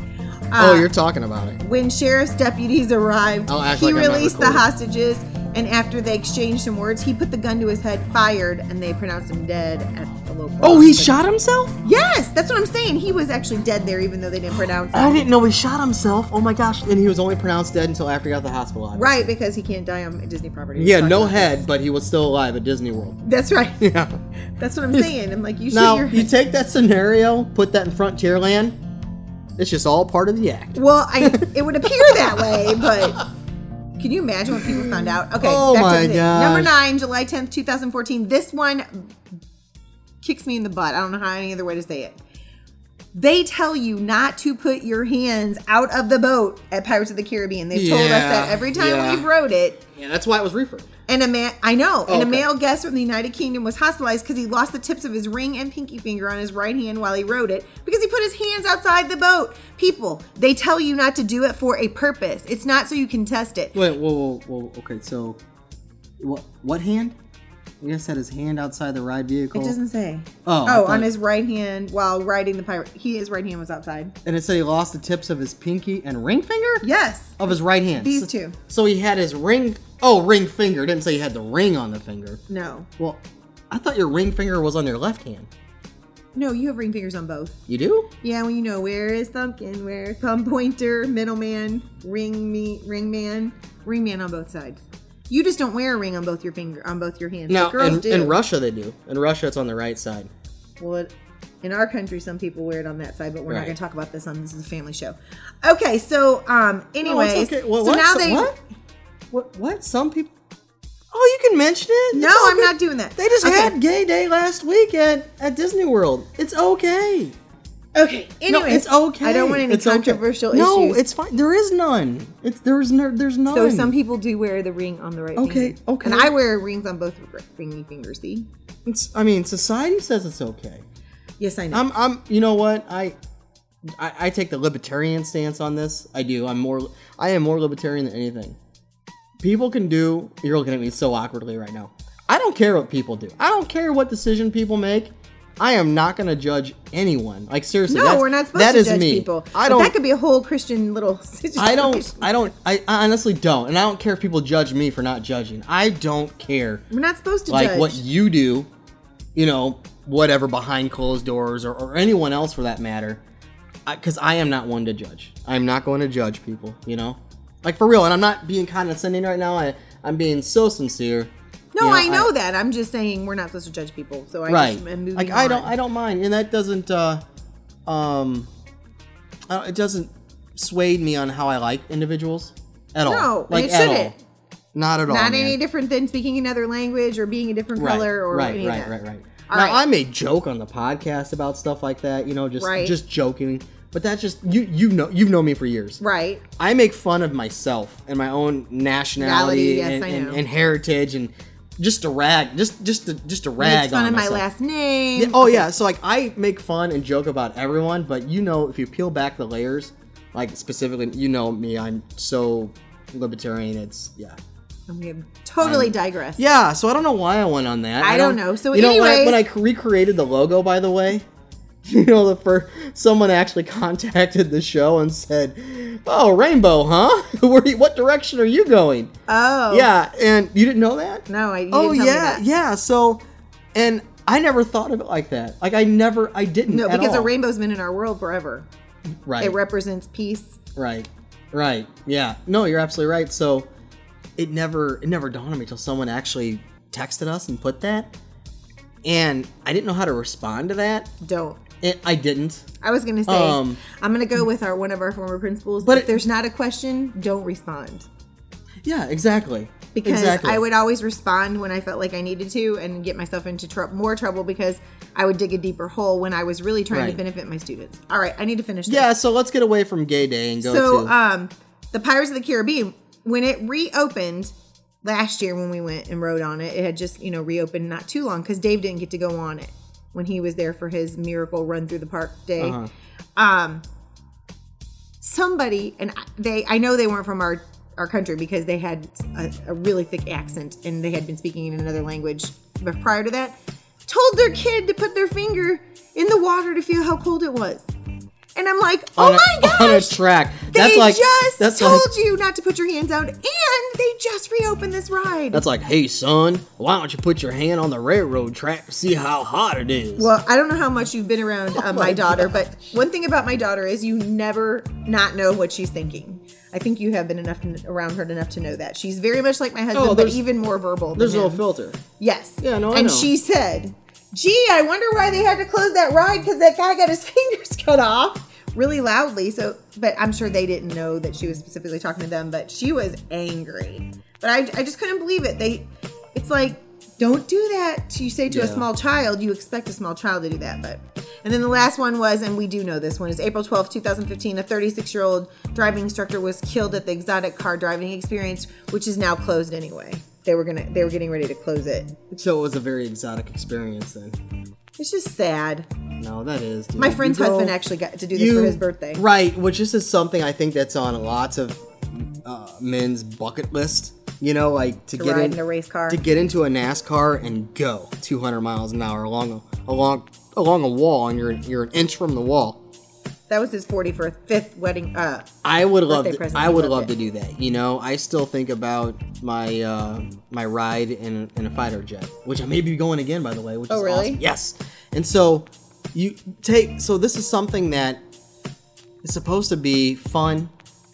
C: Oh,
D: Uh,
C: you're talking about it.
D: When sheriff's deputies arrived,
C: I'll act
D: he
C: like I'm not
D: released the
C: recording.
D: hostages, and after they exchanged some words, he put the gun to his head, fired, and they pronounced him dead at the local.
C: Oh, he
D: hospital.
C: shot himself.
D: Yes, that's what I'm saying. He was actually dead there, even though they didn't pronounce
C: I
D: him.
C: didn't know he shot himself. Oh my gosh! And he was only pronounced dead until after he got to the hospital. obviously.
D: Right, because he can't die on Disney property.
C: Yeah,
D: Talk
C: no
D: about
C: head,
D: this.
C: but he was still alive at Disney World.
D: That's right.
C: Yeah.
D: That's what I'm saying. I'm like, you shoot
C: Now
D: your
C: you take that scenario, put that in Frontierland. It's just all part of the act.
D: Well, I it would appear that way, but can you imagine what people found out? Okay,
C: Oh
D: back to
C: my
D: the thing. Number
C: gosh.
D: nine, July tenth, two thousand fourteen. This one kicks me in the butt. I don't know how any other way to say it. They tell you not to put your hands out of the boat at Pirates of the Caribbean. They've told us
C: Yeah,
D: that every time
C: yeah.
D: we've rode it.
C: Yeah, that's why it was reefer.
D: And a man, I know, and a
C: Okay.
D: male guest from the United Kingdom was hospitalized because he lost the tips of his ring and pinky finger on his right hand while he rode it because he put his hands outside the boat. People, they tell you not to do it for a purpose. It's not so you can test it.
C: Wait, whoa, whoa, whoa. Okay, so what? What hand? You just had his hand outside the ride vehicle.
D: It doesn't say.
C: Oh, I
D: oh,
C: thought-
D: on his right hand while riding the pirate. He, his right hand was outside.
C: and it said he lost the tips of his pinky and ring finger
D: Yes.
C: of his right hand.
D: These
C: So-
D: two.
C: So he had his ring. Oh, ring finger. It didn't say he had the ring on the finger.
D: No.
C: Well, I thought your ring finger was on your left hand.
D: No, you have ring fingers on both.
C: You do?
D: Yeah, well, you know, where is Thumpkin? Where thumb pointer, middleman, ring me, ring man, ring man on both sides. You just don't wear a ring on both your finger, on both your hands.
C: No,
D: But girls
C: in,
D: do.
C: in Russia they do. In Russia, it's on the right side.
D: Well, it- in our country, some people wear it on that side, but we're not
C: Right.
D: going to talk about this on. This is a family show. Okay, so um, anyways,
C: okay. What,
D: so
C: what?
D: now
C: So-
D: they
C: what? What? What? Some people. Oh, you can mention it. It's
D: no,
C: all
D: I'm
C: good.
D: not doing that.
C: They just
D: Okay.
C: had Gay Day last week at, at Disney World. It's okay.
D: okay. Anyways,
C: no, it's okay.
D: I don't want any
C: It's okay.
D: controversial
C: No,
D: issues.
C: it's fine. There is none. It's there's no there's none.
D: so some people do wear the ring on the right.
C: Okay,
D: finger.
C: okay.
D: And I wear rings on both ringy fingers. See?
C: It's, I mean, society says it's okay.
D: Yes, I know.
C: I'm I'm. You know what? I, I I take the libertarian stance on this. I do. I'm more. I am more libertarian than anything. People can do. You're looking at me so awkwardly right now. I don't care what people do. I don't care what decision people make. I am not going to judge anyone. Like seriously,
D: No,
C: that's-
D: we're not supposed
C: that
D: to
C: is
D: judge
C: me.
D: people.
C: I
D: But
C: don't.
D: that could be a whole Christian little. Situation.
C: I don't. I don't. I, I honestly don't. And I don't care if people judge me for not judging. I don't care
D: We're not supposed to
C: like
D: judge.
C: what you do, you know, whatever behind closed doors or, or anyone else for that matter. Because I, am not one to judge. I'm not going to judge people, you know? Like for real. And I'm not being condescending right now. I, I'm being so sincere.
D: no,
C: you
D: I know that. I'm just saying we're not supposed to judge people. So I
C: right.
D: just am moving
C: Like I don't,
D: on.
C: I don't mind. And that doesn't, uh, um, I don't, it doesn't swayed me on how I like individuals at all.
D: No, and
C: like
D: it
C: at all.
D: shouldn't.
C: Not at all.
D: not
C: man.
D: any different than speaking another language or being a different
C: right,
D: color or
C: right,
D: any
C: right,
D: of that.
C: right, right.
D: All
C: now
D: right.
C: I may joke on the podcast about stuff like that, you know, just
D: Right.
C: just joking. But that's just you you know you've known me for years.
D: Right.
C: I make fun of myself and my own nationality
D: Reality, yes,
C: and,
D: I
C: and,
D: know.
C: and heritage and just to rag just just to just to rag
D: Makes fun
C: on
D: of my
C: myself.
D: last name.
C: Yeah, oh yeah, so like I make fun and joke about everyone, but you know if you peel back the layers, like specifically you know me, I'm so libertarian. It's yeah.
D: I'm gonna totally digress.
C: Yeah, so I don't know why I went on that.
D: I don't know. So
C: you know, when I,
D: anyways-
C: when I recreated the logo, by the way, you know, the first someone actually contacted the show and said, "Oh, rainbow, huh? Where? you- What direction are you going?"
D: Oh.
C: Yeah, and you didn't know that?
D: No, I. You
C: oh
D: didn't tell me
C: yeah,
D: that.
C: yeah. So, and I never thought of it like that. Like I never, I didn't.
D: No,
C: at
D: because
C: all.
D: a rainbow's been in our world forever.
C: right,
D: It represents peace.
C: right, right. Yeah. No, you're absolutely right. So, it never, it never dawned on me till someone actually texted us and put that, and I didn't know how to respond to that.
D: Don't.
C: It, I didn't.
D: I was gonna say
C: Um,
D: I'm gonna go with our one of our former principals.
C: But
D: But
C: it-
D: if there's not a question, don't respond
C: Yeah, exactly.
D: because
C: exactly.
D: I would always respond when I felt like I needed to and get myself into tr- more trouble because I would dig a deeper hole when I was really trying
C: Right.
D: to benefit my students. All right, I need to finish. This.
C: Yeah. So let's get away from gay day and go
D: So,
C: to.
D: um, the Pirates of the Caribbean, when it reopened last year, when we went and rode on it, it had just you know reopened not too long because Dave didn't get to go on it when he was there for his miracle run through the park day.
C: Uh-huh.
D: Um, somebody and I- they, I know they weren't from our our country because they had a, a really thick accent and they had been speaking in another language, but prior to that, told their kid to put their finger in the water to feel how cold it was. And I'm like, oh
C: on a-
D: my gosh!
C: On a track.
D: They
C: that's like
D: just
C: that's
D: told
C: like,
D: you not to put your hands out, and they just reopened this ride.
C: That's like, hey son, why don't you put your hand on the railroad track to see how hot it is?
D: well, I don't know how much you've been around uh, my,
C: Oh my
D: daughter, but one thing about my daughter is you never not know what she's thinking. I think you have been enough to, around her enough to know that she's very much like my husband, but
C: Oh, there's-
D: even more verbal. than
C: There's no
D: him.
C: filter.
D: Yes.
C: Yeah, no, I
D: And
C: know.
D: she said, "Gee, I wonder why they had to close that ride because that guy got his fingers cut off." Really loudly, so but I'm sure they didn't know that she was specifically talking to them, but she was angry. But I, I just couldn't believe it. They, it's like, don't do that. You say to a
C: Yeah.
D: small child, you expect a small child to do that, but. And then the last one was, and we do know this one is April 12th, 2015. A 36 year old driving instructor was killed at the exotic car driving experience, which is now closed anyway. They were gonna, they were getting ready to close it
C: So it was a very exotic experience then.
D: it's just sad.
C: No, that is. Dude.
D: My friend's
C: You go-
D: husband actually got to do this for his birthday.
C: Right, which this is something I think that's on lots of uh, men's bucket list. You know, like to,
D: To
C: get
D: ride
C: in,
D: in a race car.
C: to get into a NASCAR and go 200 miles an hour along a, along along a wall, and you're you're an inch from the wall.
D: That was his 45th wedding. Uh,
C: I would love
D: birthday
C: to,
D: present.
C: I
D: He
C: would
D: loved
C: love
D: it.
C: to do that. You know, I still think about my uh, my ride in, in a fighter jet, which I may be going again by the way, which
D: Oh,
C: is
D: really?
C: awesome. Yes. And so you take so this is something that is supposed to be fun,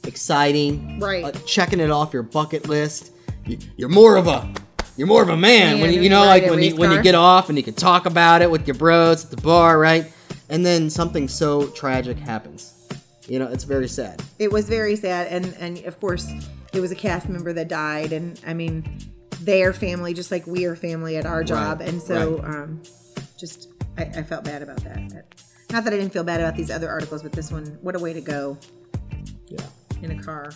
C: exciting,
D: Right.
C: uh, checking it off your bucket list. You, you're more of a you're more of a man, when
D: Man,
C: you,
D: when
C: you
D: you
C: know
D: ride
C: like
D: a
C: when you
D: race
C: when you
D: car.
C: get off and you can talk about it with your bros at the bar, right? And then something so tragic happens. You know, it's very sad.
D: it was very sad. And, and of course, it was a cast member that died. And I mean, their family, just like we are family at our job. And so um, just, I, I felt bad about that. But Not that I didn't feel bad about these other articles, but this one, what a way to go
C: Yeah.
D: in a car.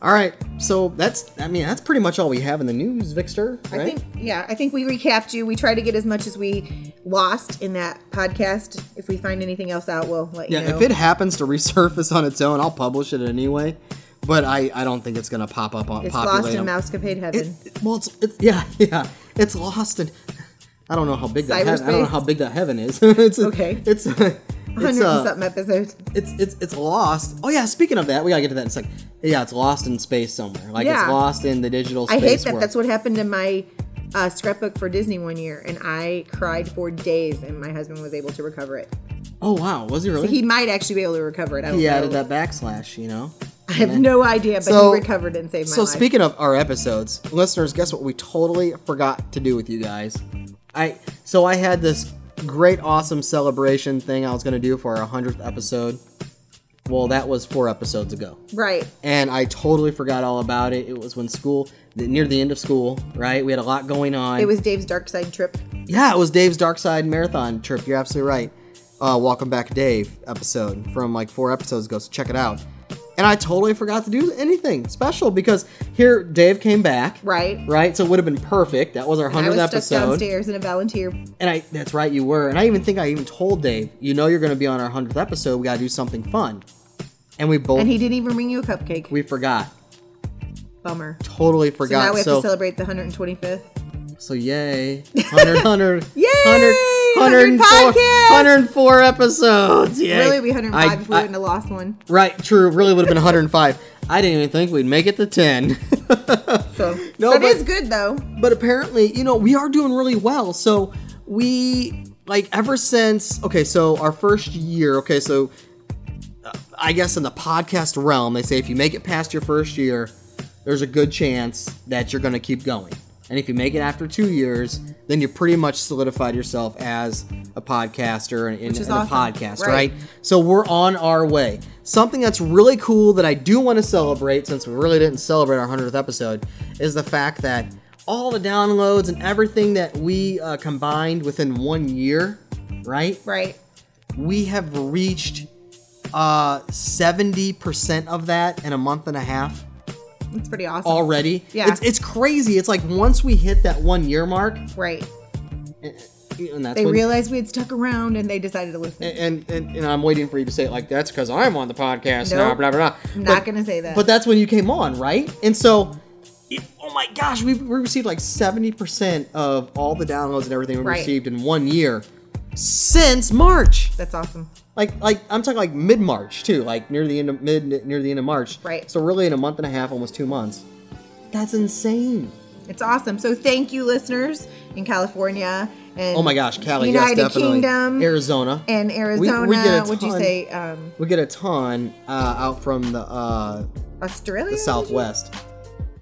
C: All right. So that's I mean that's pretty much all we have in the news, Vixter. Right?
D: I think, yeah, I think we recapped you. We tried to get as much as we lost in that podcast. If we find anything else out, we'll let
C: yeah.
D: you know.
C: If it happens to resurface on its own, I'll publish it anyway. But I I don't think it's gonna pop up on
D: it's
C: populate
D: lost in
C: them.
D: mousecapade heaven.
C: It- well, it's, uh, it's yeah yeah it's lost in. I don't know how big that heaven, I don't know
D: Cyberspace?
C: how big that heaven is. it's
D: Okay.
C: It's it's
D: hundred and
C: uh,
D: something episodes.
C: it's it's it's lost. Oh yeah, speaking of that, we gotta get to that. It's like yeah, it's lost in space somewhere. Like it's
D: Yeah.
C: lost in the digital.
D: I
C: Space
D: hate that.
C: world.
D: That's what happened to my uh, scrapbook for Disney one year, and I cried for days, and my husband was able to recover it.
C: Oh wow, was he really?
D: He might actually be able to recover it. I don't
C: he
D: know.
C: added that backslash, you know.
D: I have no idea, but
C: So-
D: he recovered and saved my
C: So
D: life.
C: speaking of our episodes, listeners, guess what we totally forgot to do with you guys? I so I had this great awesome celebration thing I was going to do for our 100th episode. Well, that was 4 episodes ago.
D: right.
C: And I totally forgot all about it. It was when school near the end of school, right? We had a lot going on.
D: It was Dave's dark side trip.
C: Yeah, it was Dave's Dark Side Marathon trip. You're absolutely right. Uh, Welcome Back Dave episode from like four episodes ago, so check it out. And I totally forgot to do anything special because here Dave came back.
D: Right.
C: Right, so it would have been perfect. That was our
D: I was
C: hundredth
D: stuck
C: episode,
D: downstairs in a volunteer.
C: and I—that's right, you were. And I even think I even told Dave, you know, you're going to be on our hundredth episode. We got to do something fun, and we both
D: And he didn't even bring you a cupcake.
C: we forgot.
D: Bummer.
C: Totally
D: So now
C: forgot.
D: we have
C: So
D: to celebrate the 125th.
C: so yay. 100 100
D: Yay!
C: 100
D: 100
C: 104
D: podcasts!
C: 104 episodes. Yay.
D: Really, we 105
C: I-
D: if we
C: I-
D: wouldn't have lost one.
C: Right, true. Really would have been 105. I didn't even think we'd make it to 10.
D: So
C: No,
D: that
C: but-
D: is good though.
C: but apparently, you know, we are doing really well. So we like ever since okay, so our first year, okay, so uh, I guess in the podcast realm, they say if you make it past your first year, there's a good chance that you're going to keep going. And if you make it after two years, then you pretty much solidified yourself as a podcaster and, and,
D: is
C: and a
D: awesome.
C: podcast, right?
D: Right.
C: So we're on our way. Something that's really cool that I do want to celebrate, since we really didn't celebrate our 100th episode, is the fact that all the downloads and everything that we uh, combined within one year, right?
D: Right.
C: We have reached uh, 70% of that in a month and a half
D: It's pretty awesome.
C: already.
D: Yeah.
C: It's, it's crazy. It's like once we hit that one year mark,
D: Right.
C: and that's
D: They
C: when,
D: realized we had stuck around and they decided to listen.
C: and, and, and I'm waiting for you to say it like that's because I'm on the podcast now,
D: Nope.
C: blah blah blah.
D: I'm
C: But-
D: not gonna say that.
C: But that's when you came on, right? And so, it, oh my gosh, we've, we received like 70% of all the downloads and everything we
D: Right.
C: received in one year since March.
D: that's awesome.
C: Like, like I'm talking like mid March too, like near the end of mid near the end of March.
D: Right.
C: So really, in a month and a half, almost two months. That's insane.
D: It's awesome. So thank you, listeners in California and
C: Oh my gosh, Cali,
D: United
C: yes, definitely.
D: Kingdom
C: Arizona.
D: and Arizona.
C: we get a
D: would you
C: ton.
D: say um,
C: we get a ton uh, out from the uh,
D: Australia?
C: the Southwest.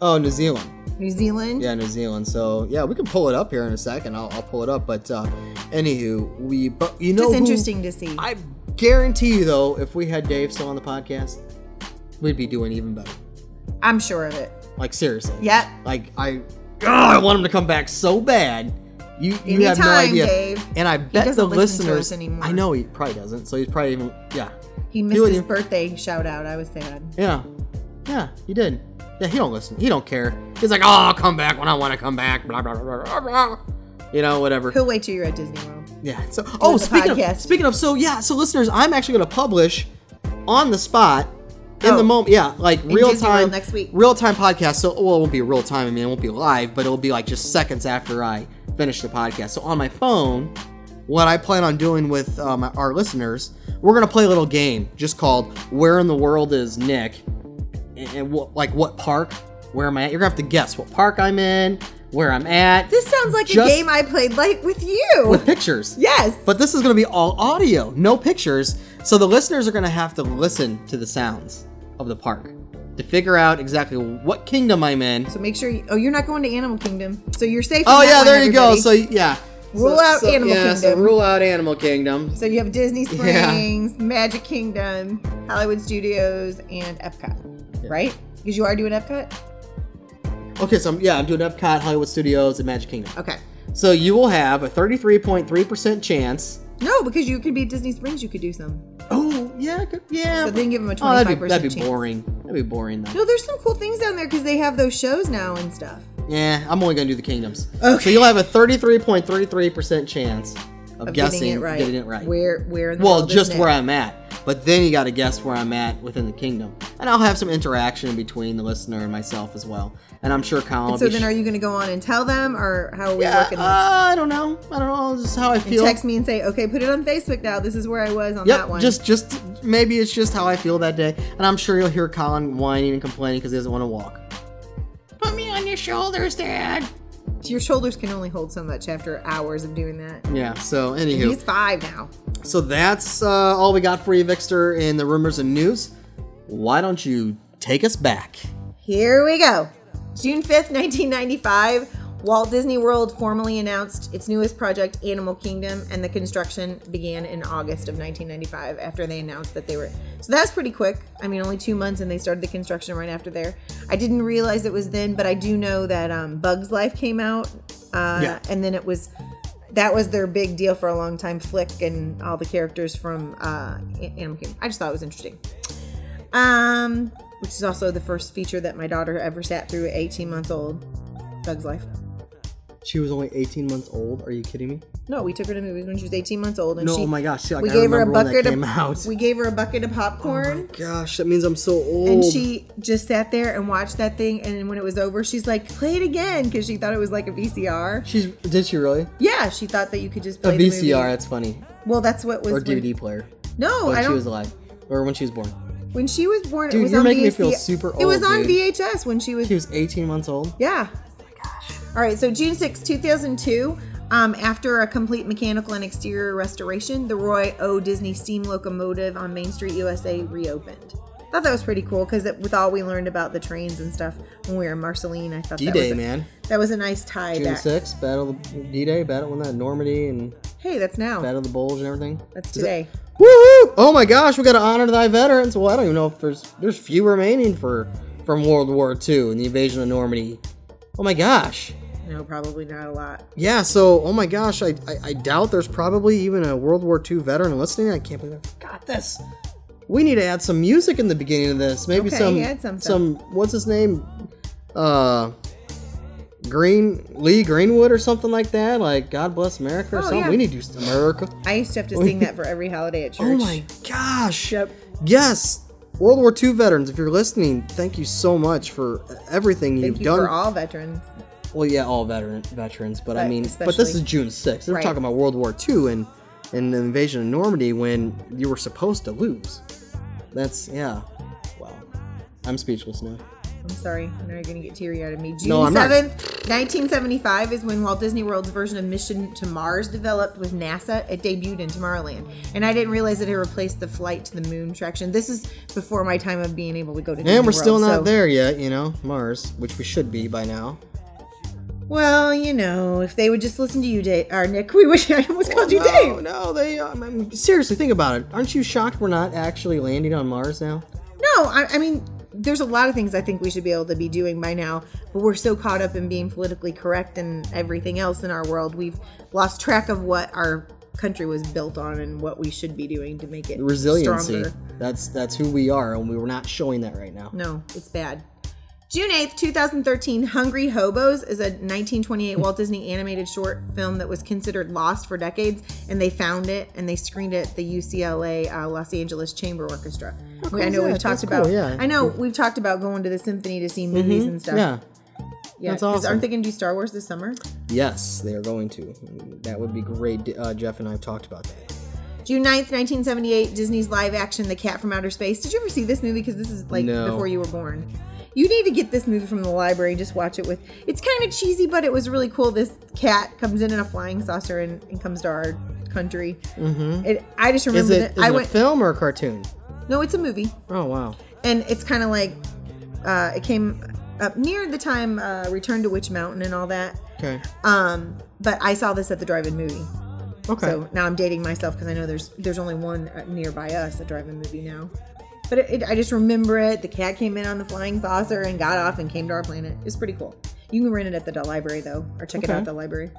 C: Oh, New Zealand.
D: New Zealand.
C: Yeah, New Zealand. So yeah, we can pull it up here in a second. I'll, I'll pull it up. But uh, anywho, we but you know,
D: Just
C: who-
D: interesting to see.
C: I guarantee you though, if we had Dave still on the podcast, we'd be doing even better.
D: I'm sure of it.
C: Like seriously.
D: Yep.
C: Like I, Ugh, I want him to come back so bad. You you have no
D: Anytime,
C: idea.
D: Dave.
C: And I bet the
D: doesn't listen to us
C: listeners.
D: anymore.
C: I know he probably doesn't. So he's probably even yeah
D: He missed
C: it
D: his
C: even-
D: birthday shout out. I was sad.
C: yeah yeah he did. Yeah, he don't listen. He don't care. He's like, oh, I'll come back when I want to come back. Blah blah blah blah blah. You know, whatever.
D: He'll wait till you're at Disney World.
C: Yeah. So, oh,
D: the
C: speaking
D: podcast.
C: of, speaking of, so yeah, so listeners, I'm actually going to publish on the spot in
D: Oh.
C: the moment. Yeah, like real
D: Disney
C: time
D: World next week.
C: Real time podcast. So, well, it won't be real time. I mean, it won't be live, but it'll be like just seconds after I finish the podcast. So on my phone, what I plan on doing with um, our listeners, we're going to play a little game just called "Where in the World Is Nick?" and, and what, like what park? Where am I at? You're gonna have to guess what park I'm in, where I'm at.
D: This sounds like
C: Just-
D: a game I played like with you.
C: with pictures.
D: yes.
C: But this is going to be all audio, no pictures. So the listeners are going to have to listen to the sounds of the park to figure out exactly what kingdom I'm in.
D: So make sure. You, oh, you're not going to Animal Kingdom, so you're safe.
C: Oh
D: from that
C: yeah,
D: one,
C: there you go.
D: everybody.
C: So yeah,
D: Rule
C: So-
D: out
C: so-
D: Animal
C: yeah, So
D: Kingdom.
C: rule out Animal Kingdom.
D: So you have Disney
C: Yeah.
D: Springs, Magic Kingdom, Hollywood Studios, and Epcot, right? Because you are doing Epcot.
C: Okay, so I'm, yeah, I'm doing Epcot, Hollywood Studios, and Magic Kingdom.
D: Okay.
C: So you will have a 33.3% chance.
D: No, because you could be at Disney Springs. You could do some.
C: Oh yeah, good- yeah.
D: So then give them a
C: oh,
D: twenty-five
C: that'd be, that'd
D: percent
C: be
D: chance.
C: boring. That'd be boring though.
D: No, there's some cool things down there because they have those shows now and stuff.
C: Yeah, I'm only gonna do the kingdoms. So
D: Okay.
C: you'll have a 33.33% chance of,
D: Of
C: guessing
D: getting it right.
C: Getting it right.
D: Where, where? In the
C: Well,
D: world is
C: just
D: Nick?
C: where I'm at. But then you got to guess where I'm at within the kingdom, and I'll have some interaction between the listener and myself as well. And I'm sure Colin. will
D: So
C: be
D: then,
C: sh-
D: are you going to go on and tell them, or how are we
C: yeah,
D: working?
C: uh,
D: this?
C: I don't know. I don't know. Just how I
D: And
C: feel.
D: text me and say, okay, put it on Facebook now. This is where I was on
C: Yep,
D: that one.
C: just just maybe it's just how I feel that day, and I'm sure you'll hear Colin whining and complaining because he doesn't want to walk. Put me on your shoulders, Dad.
D: your shoulders can only hold so much after hours of doing that.
C: Yeah. So anywho,
D: He's five now.
C: So that's uh, all we got for you, Vixter, in the rumors and news. Why don't you take us back?
D: Here we go. June 5th, 1995, Walt Disney World formally announced its newest project, Animal Kingdom, and the construction began in August of 1995 after they announced that they were. So that's pretty quick. I mean, only two months, and they started the construction right after there. I didn't realize it was then, but I do know that um, Bugs Life came out, uh,
C: Yeah.
D: and then it was. That was their big deal for a long time, Flick and all the characters from uh, A- Animal Kingdom. I just thought it was interesting um, which is also the first feature that my daughter ever sat through at 18 months old. Bug's Life.
C: She was only 18 months old. Are you kidding me?
D: No, we took her to movies when she was 18 months old, and
C: no,
D: she
C: oh my gosh. She, like,
D: we
C: I
D: gave her a
C: remember when that
D: bucket of
C: came out.
D: we gave her a bucket of
C: Oh
D: popcorn.
C: my gosh, that means I'm so old.
D: and she just sat there and watched that thing, and then when it was over, she's like, "Play it again," because she thought it was like a VCR.
C: She's did she really?
D: Yeah, she thought that you could just
C: A
D: play the movie.
C: VCR. That's funny.
D: Well, that's what was
C: Or
D: when-
C: DVD player.
D: No,
C: when
D: I
C: she
D: don't.
C: was alive, or when she was born.
D: when she was born,
C: Dude,
D: it was
C: you're
D: on
C: making me
D: VHS.
C: feel super
D: It was
C: old,
D: on
C: dude.
D: VHS when she was.
C: She was 18 months old.
D: yeah. All right, so June 6, 2002, um, after a complete mechanical and exterior restoration, the Roy O. Disney steam locomotive on Main Street, USA reopened. Thought that was pretty cool because with all we learned about the trains and stuff when we were in Marceline, I thought that was
C: D-Day,
D: a,
C: man.
D: That was a nice tie
C: June
D: back.
C: 6th, Battle of D-Day, Battle when that Normandy and
D: Hey, that's now.
C: Battle of the Bulge and everything.
D: That's
C: Is that-
D: today.
C: Woohoo! Oh my gosh, we got to honor thy veterans. Well, I don't even know if there's there's few remaining for from World War II and the invasion of Normandy. Oh my gosh.
D: No, probably not a lot.
C: Yeah, so oh my gosh, I, I I doubt there's probably even a World War II veteran listening. I can't believe I got this. We need to add some music in the beginning of this. Maybe
D: Okay,
C: some
D: add some stuff.
C: some what's his name? Uh Green Lee Greenwood or something like that. Like God bless America or
D: Oh,
C: something.
D: yeah.
C: We need to do America.
D: I used to have to sing that for every holiday at church.
C: Oh my gosh.
D: Yep.
C: Yes. World War II veterans, if you're listening, thank you so much for everything
D: Thank
C: you've
D: you
C: done.
D: for all veterans.
C: Well, yeah, all veteran veterans, but I
D: But
C: mean, but this is
D: especially-
C: June 6th. They're
D: Right.
C: talking about World War II and and the invasion of Normandy when you were supposed to lose. That's yeah. Wow. I'm speechless now.
D: I'm sorry. Now you're going to get teary out of me. June
C: No, I'm not.
D: 7th, 1975 is when Walt Disney World's version of Mission to Mars developed with NASA. It debuted in Tomorrowland. And I didn't realize that it replaced the flight to the moon attraction. This is before my time of being able to go to Disney
C: And we're still
D: World,
C: not
D: so-
C: there yet, you know, Mars, which we should be by now.
D: Well, you know, if they would just listen to you, Dave, or Nick, we wish I almost called you
C: No,
D: Dave.
C: no, they. Um, I mean, seriously, think about it. Aren't you shocked we're not actually landing on Mars now?
D: No, I, I mean, there's a lot of things I think we should be able to be doing by now, but we're so caught up in being politically correct and everything else in our world, we've lost track of what our country was built on and what we should be doing to make it
C: Resiliency.
D: stronger.
C: That's that's who we are, and we were not showing that right now.
D: No, it's bad. June 8th, 2013, Hungry Hobos is a 1928 Walt Disney animated short film that was considered lost for decades, and they found it and they screened it at the UCLA uh, Los Angeles Chamber Orchestra.
C: cool
D: I
C: is
D: know we've
C: that?
D: talked
C: That's cool,
D: about.
C: Oh, yeah. Mm-hmm.
D: I know we've talked about going to the symphony to see movies and stuff.
C: Yeah.
D: yeah.
C: that's
D: 'cause
C: awesome.
D: Aren't they going to do Star Wars this summer?
C: Yes, they are going to. That would be great. Uh, Jeff and I have talked about that.
D: June 9th, 1978, Disney's live action The Cat from Outer Space. Did you ever see this movie? Because this is like
C: No.
D: before you were born. You need to get this movie from the library. Just watch it with. It's kind of cheesy, but it was really cool. This cat comes in in a flying saucer and, and comes to our country. Mm-hmm. It, I just
C: Is
D: remember
C: it,
D: that
C: is
D: I
C: it
D: went.
C: a film or a cartoon?
D: no, it's a movie,
C: Oh wow!
D: and it's kind of like uh, it came up near the time uh, Return to Witch Mountain and all that.
C: Okay,
D: Um, but I saw this at the drive-in movie.
C: okay.
D: So now I'm dating myself because I know there's there's only one uh, nearby us, a drive-in movie now. But it, it, I just remember it. The cat came in on the flying saucer and got off and came to our planet. It's pretty cool. You can rent it at the library though, or check it out
C: Okay.
D: at the library.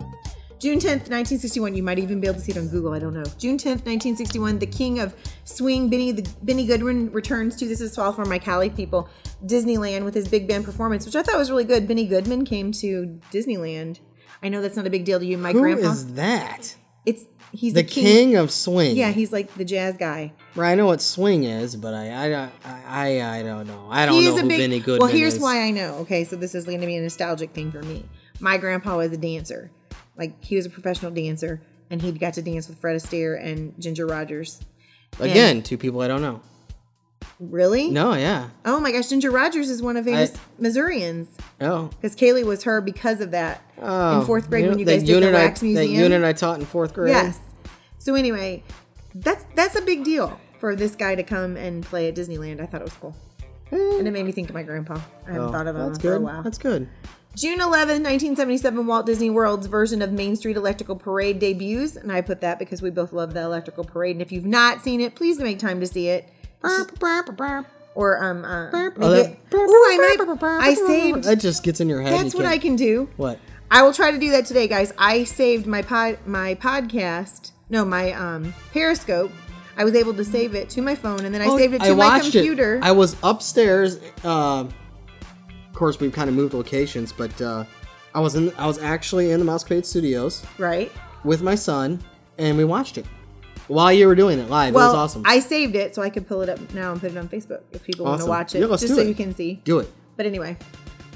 D: June 10th, 1961. You might even be able to see it on Google. I don't know. June 10th, 1961. The king of swing, Benny the Benny Goodwin, returns to This Is Fall for My Cali People, Disneyland with his big band performance, which I thought was really good. Benny Goodman came to Disneyland. I know that's not a big deal to you, my
C: Who
D: grandpa.
C: is that?
D: It's he's
C: The king of swing.
D: Yeah, he's like the jazz guy.
C: Right, I know what swing is, but I, I, don't- I, I, I don't know. I don't
D: He's
C: know
D: a
C: who
D: big.
C: Benny Goodman
D: well, here's
C: is.
D: why I know. Okay, so this is going to be a nostalgic thing for me. My grandpa was a dancer. Like he was a professional dancer, and he got to dance with Fred Astaire and Ginger Rogers.
C: Again, two people I don't know.
D: Really?
C: No, yeah,
D: Oh my gosh, Ginger Rogers is one of his Missourians
C: no.
D: because Kaylee was her because of that.
C: Oh,
D: in fourth grade
C: know,
D: when you
C: that
D: guys did the
C: unit I-
D: wax museum.
C: That unit I taught in fourth grade.
D: Yes. So anyway, that's that's a big deal for this guy to come and play at Disneyland. I thought it was cool. And it made me think of my grandpa. I haven't
C: Eh. Oh,
D: thought of him
C: that's
D: for a
C: good.
D: while.
C: That's good.
D: June 11, 1977, Walt Disney World's version of Main Street Electrical Parade debuts. And I put that because we both love the Electrical Parade. And if you've not seen it, please make time to see it. Or, um, uh,
C: Oh,
D: make
C: that-
D: it- Ooh, I, might, I saved.
C: That just gets in your head.
D: That's
C: you
D: what I
C: can't-
D: can do.
C: What?
D: I will try to do that today, guys. I saved my pod, my podcast, no, my um Periscope. I was able to save it to my phone, and then I
C: Oh,
D: saved it to my computer.
C: I was upstairs. um of course, we've kind of moved locations, but uh, I was in. I was actually in the Mouse Cade Studios
D: right?
C: with my son, and we watched it while you were doing it live. it
D: Well,
C: was awesome.
D: I saved it so I could pull it up now and put it on Facebook if people want to
C: Awesome.
D: watch it,
C: Yeah, let's
D: just
C: do
D: so
C: it.
D: you can see.
C: Do it.
D: But anyway,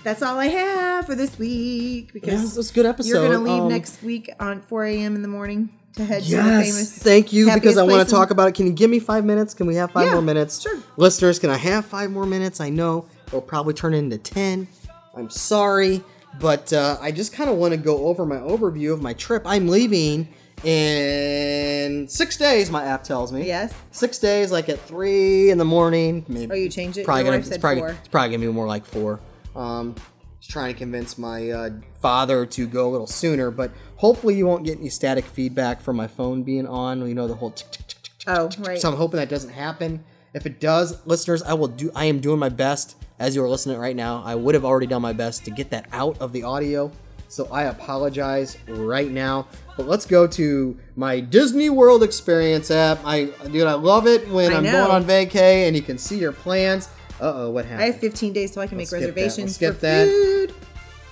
D: that's all I have for this week
C: Yeah, it
D: because
C: was a good episode.
D: you're going to leave
C: Um,
D: next week on 4 a.m. in the morning to head to the
C: Yes,
D: famous.
C: thank you because
D: happiest
C: I want
D: place
C: to
D: in-
C: talk about it. Can you give me five minutes? Can we have five
D: Yeah,
C: more minutes?
D: sure.
C: Listeners, can I have five more minutes? I know it'll probably turn into ten. I'm sorry, but uh, I just kind of want to go over my overview of my trip. I'm leaving in six days. My app tells me.
D: Yes.
C: Six days, like at three in the morning. Maybe.
D: Oh, you changed it?
C: Probably
D: Your
C: gonna,
D: wife
C: it's
D: said
C: probably,
D: four.
C: It's probably gonna be more like four. Um, just trying to convince my uh, father to go a little sooner, but hopefully you won't get any static feedback from my phone being on. You know the whole. tick, tick, tick, tick, tick,
D: Oh,
C: tick, tick.
D: right.
C: So I'm hoping that doesn't happen. If it does, listeners, I will do. I am doing my best as you are listening right now. I would have already done my best to get that out of the audio, so I apologize right now. But let's go to my Disney World experience app. I dude, I love it when
D: I
C: I'm
D: know.
C: going on vacay and you can see your plans. Uh oh, what
D: I have
C: happened?
D: 15 days so I can
C: Let's
D: make
C: skip that. Let's
D: reservations
C: skip
D: for
C: that.
D: food.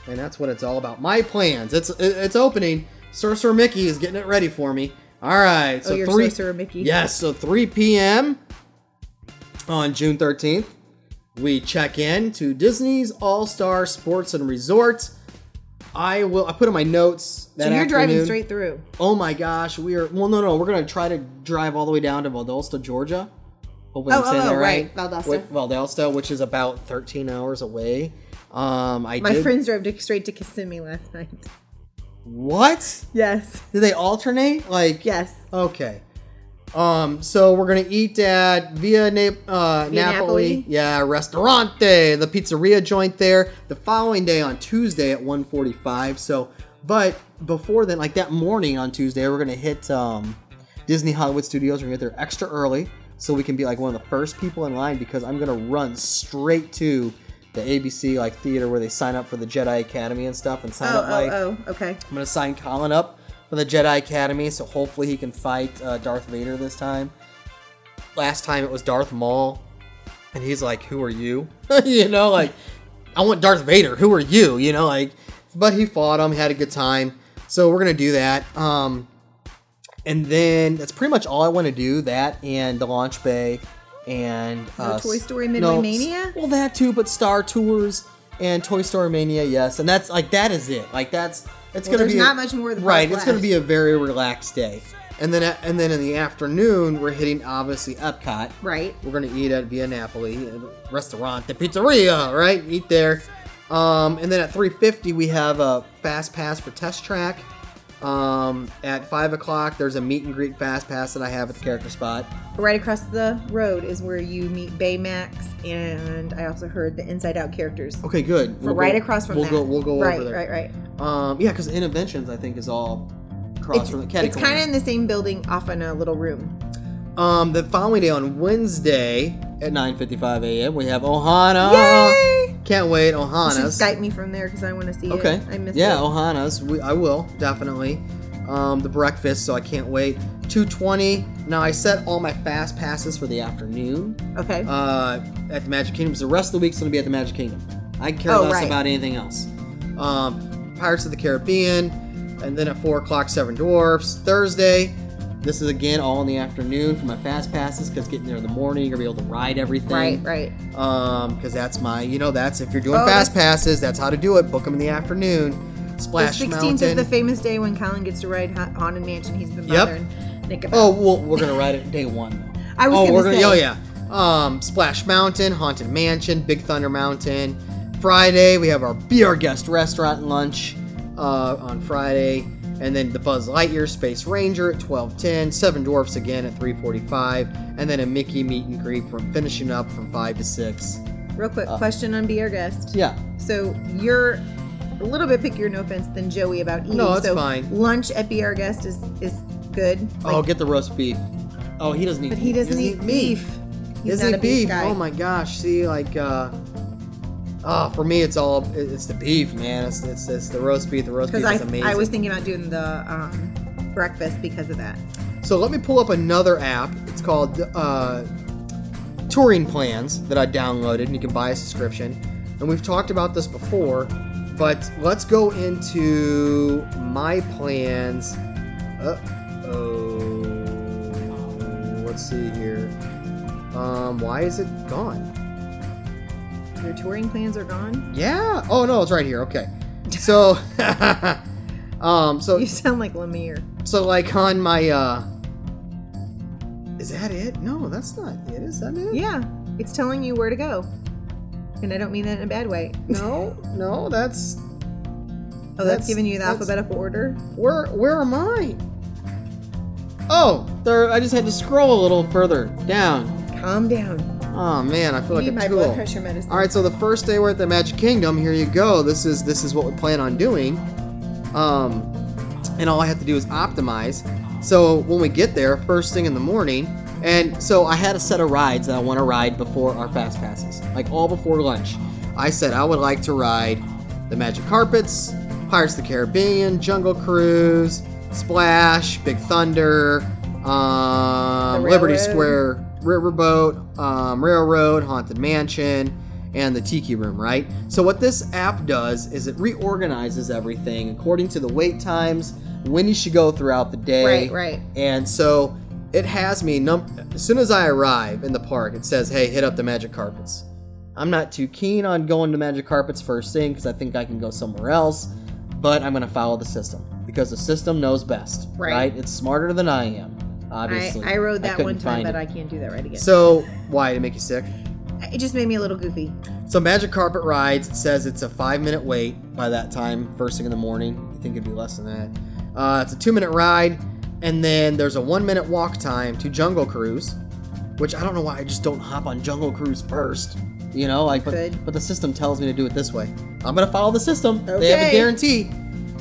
C: and that's what it's all about. My plans. It's it- it's opening. Sorcerer Mickey is getting it ready for me. All right, so
D: oh, your
C: three.
D: Sorcerer Mickey.
C: Yes, so 3 p.m. on June 13th, we check in to Disney's All Star Sports and Resort. I will. I put in my notes. That
D: So you're driving
C: afternoon.
D: straight through.
C: Oh my gosh, we are. Well, no, no, we're gonna try to drive all the way down to Valdosta, Georgia. Hopefully,
D: Oh,
C: I'm saying
D: oh,
C: that
D: oh,
C: right.
D: right, Valdosta.
C: Wi- Valdosta, which is about 13 hours away. Um, I
D: My
C: did.
D: friends drove to, straight to Kissimmee last night.
C: what?
D: Yes.
C: Did they alternate? Like,
D: Yes.
C: Okay. Um, so we're gonna eat at Via Na- uh, Napoli.
D: Napoli?
C: Yeah, Restaurante, the pizzeria joint there. The following day on Tuesday at 1:45. So, but before then, like that morning on Tuesday, we're gonna hit um, Disney Hollywood Studios. We're gonna get there extra early so we can be like one of the first people in line because I'm gonna run straight to the ABC like theater where they sign up for the Jedi Academy and stuff and sign
D: Oh,
C: up like
D: oh, oh. Okay.
C: I'm gonna sign Colin up for the Jedi Academy, so hopefully he can fight uh, Darth Vader this time. Last time it was Darth Maul, and he's like, "Who are you?" you know, like, I want Darth Vader. Who are you? You know, like, but he fought him, had a good time. So we're gonna do that. Um, and then that's pretty much all I want to do. That and the launch bay, and uh,
D: Toy Story
C: s-
D: Midway
C: s-
D: Mania?
C: Well, that too, but Star Tours and Toy Story Mania, yes, and that's like that is it. Like that's it's
D: Well,
C: gonna
D: there's
C: be a-
D: not much more of the park
C: right. It's gonna
D: left.
C: be a very relaxed day, and then a- and then in the afternoon we're hitting obviously Epcot.
D: Right.
C: We're gonna eat at Via Napoli uh, restaurant, the pizzeria, right? Eat there. Um, and then at 3:50 we have a fast pass for Test Track. Um, at five o'clock there's a meet and greet fast pass that I have at the character spot.
D: Right across the road is where you meet Baymax, and I also heard the Inside Out characters.
C: Okay, good.
D: We're right across from
C: we'll
D: that.
C: Go, we'll go
D: right,
C: over there.
D: Right, right,
C: Um, yeah, because interventions I think is all across
D: It's,
C: from the
D: it's
C: catacomb.
D: kind of in the same building, off in a little room.
C: um, the following day on Wednesday at 9:55 a.m. we have Ohana.
D: Yay!
C: Can't wait,
D: You should
C: Ohana's.
D: Skype me from there because I want to see
C: Okay.
D: it. I missed
C: yeah,
D: it.
C: Ohana's. We, I will definitely. Um, the breakfast, so I can't wait. 2:20. Now I set all my fast passes for the afternoon
D: Okay.
C: uh, at the Magic Kingdom. So the rest of the week's gonna be at the Magic Kingdom. I care
D: Oh,
C: less
D: right.
C: about anything else. Um, Pirates of the Caribbean, and then at four o'clock, Seven Dwarfs. Thursday, this is again all in the afternoon for my fast passes because getting there in the morning, you're gonna be able to ride everything.
D: right, right.
C: Um, because that's my, you know, that's if you're doing
D: Oh,
C: fast passes, that's how to do it. Book them in the afternoon.
D: The
C: Splash
D: 16th
C: Mountain.
D: is the famous day when Colin gets to ride Ha- Haunted Mansion. He's been
C: Yep.
D: bothering Nick about.
C: oh, well, we're gonna ride it day one. though.
D: I was
C: oh,
D: gonna
C: we're gonna,
D: say.
C: oh yeah. Um, Splash Mountain, Haunted Mansion, Big Thunder Mountain. Friday we have our Be Our Guest restaurant lunch uh, on Friday, and then the Buzz Lightyear Space Ranger at 12:10, Seven Dwarfs again at 3:45, and then a Mickey meet and greet from finishing up from five to six.
D: Real quick question on Be Our Guest.
C: Uh, Yeah.
D: So you're a little bit pickier, no offense, than Joey about eating.
C: No, it's
D: so
C: fine.
D: Lunch at Be Our Guest is is good.
C: oh,
D: Like,
C: get the roast beef. Oh, he doesn't eat.
D: But he doesn't eat beef. He's
C: Isn't
D: not
C: it
D: a beef,
C: beef?
D: guy.
C: Oh my gosh! See, like, uh, ah, for me, it's all it- it's the beef, man. It's it's, it's the roast beef. The roast beef
D: Because
C: is amazing.
D: I, I was thinking about doing the um, breakfast because of that.
C: So let me pull up another app. It's called uh, Touring Plans that I downloaded, and you can buy a subscription. And we've talked about this before, But let's go into my plans. Uh oh. Let's see here. Um, why is it gone?
D: Your touring plans are gone.
C: Yeah. Oh no, it's right here. Okay. So, um, so
D: You sound like Lemire.
C: so like on my uh, is that it? No, that's not it. Is that it?
D: Yeah, it's telling you where to go, and I don't mean that in a bad way.
C: No, no, that's
D: Oh, that's,
C: That's-
D: giving you the
C: that's-
D: alphabetical order.
C: Where where am I? Oh, there I just had to scroll a little further down.
D: Calm down.
C: Oh man, I feel
D: I
C: like
D: need
C: a
D: my
C: tool.
D: blood pressure medicine.
C: All right, so the first day we're at the Magic Kingdom, here you go. This is this is what we plan on doing. Um and all I have to do is optimize. So when we get there, first thing in the morning, and so I had a set of rides that I want to ride before our fast passes, like all before lunch. I said I would like to ride the Magic Carpets, Pirates of the Caribbean, Jungle Cruise, Splash, Big Thunder, um,
D: The
C: Liberty
D: Railroad.
C: Square Riverboat, um, Railroad, Haunted Mansion, and the Tiki Room, right? So, what this app does is it reorganizes everything according to the wait times, when you should go throughout the day.
D: Right, right.
C: And so, it has me, num- as soon as I arrive in the park, it says, hey, hit up the Magic Carpets. I'm not too keen on going to Magic Carpets first thing because I think I can go somewhere else, but I'm going to follow the system because the system knows best,
D: Right.
C: right? It's smarter than I am,
D: I,
C: obviously.
D: I rode that
C: couldn't
D: one
C: find
D: time, but
C: it.
D: I can't do that right again.
C: So, why? To make you sick?
D: it just made me a little goofy.
C: So, Magic Carpet Rides it says it's a five minute wait by that time, first thing in the morning. You think it'd be less than that. Uh, it's a two minute ride, and then there's a one minute walk time to Jungle Cruise, which I don't know why I just don't hop on Jungle Cruise first. You know, like, but,
D: Good.
C: but the system tells me to do it this way. I'm gonna follow the system. They have
D: Okay.
C: a guarantee.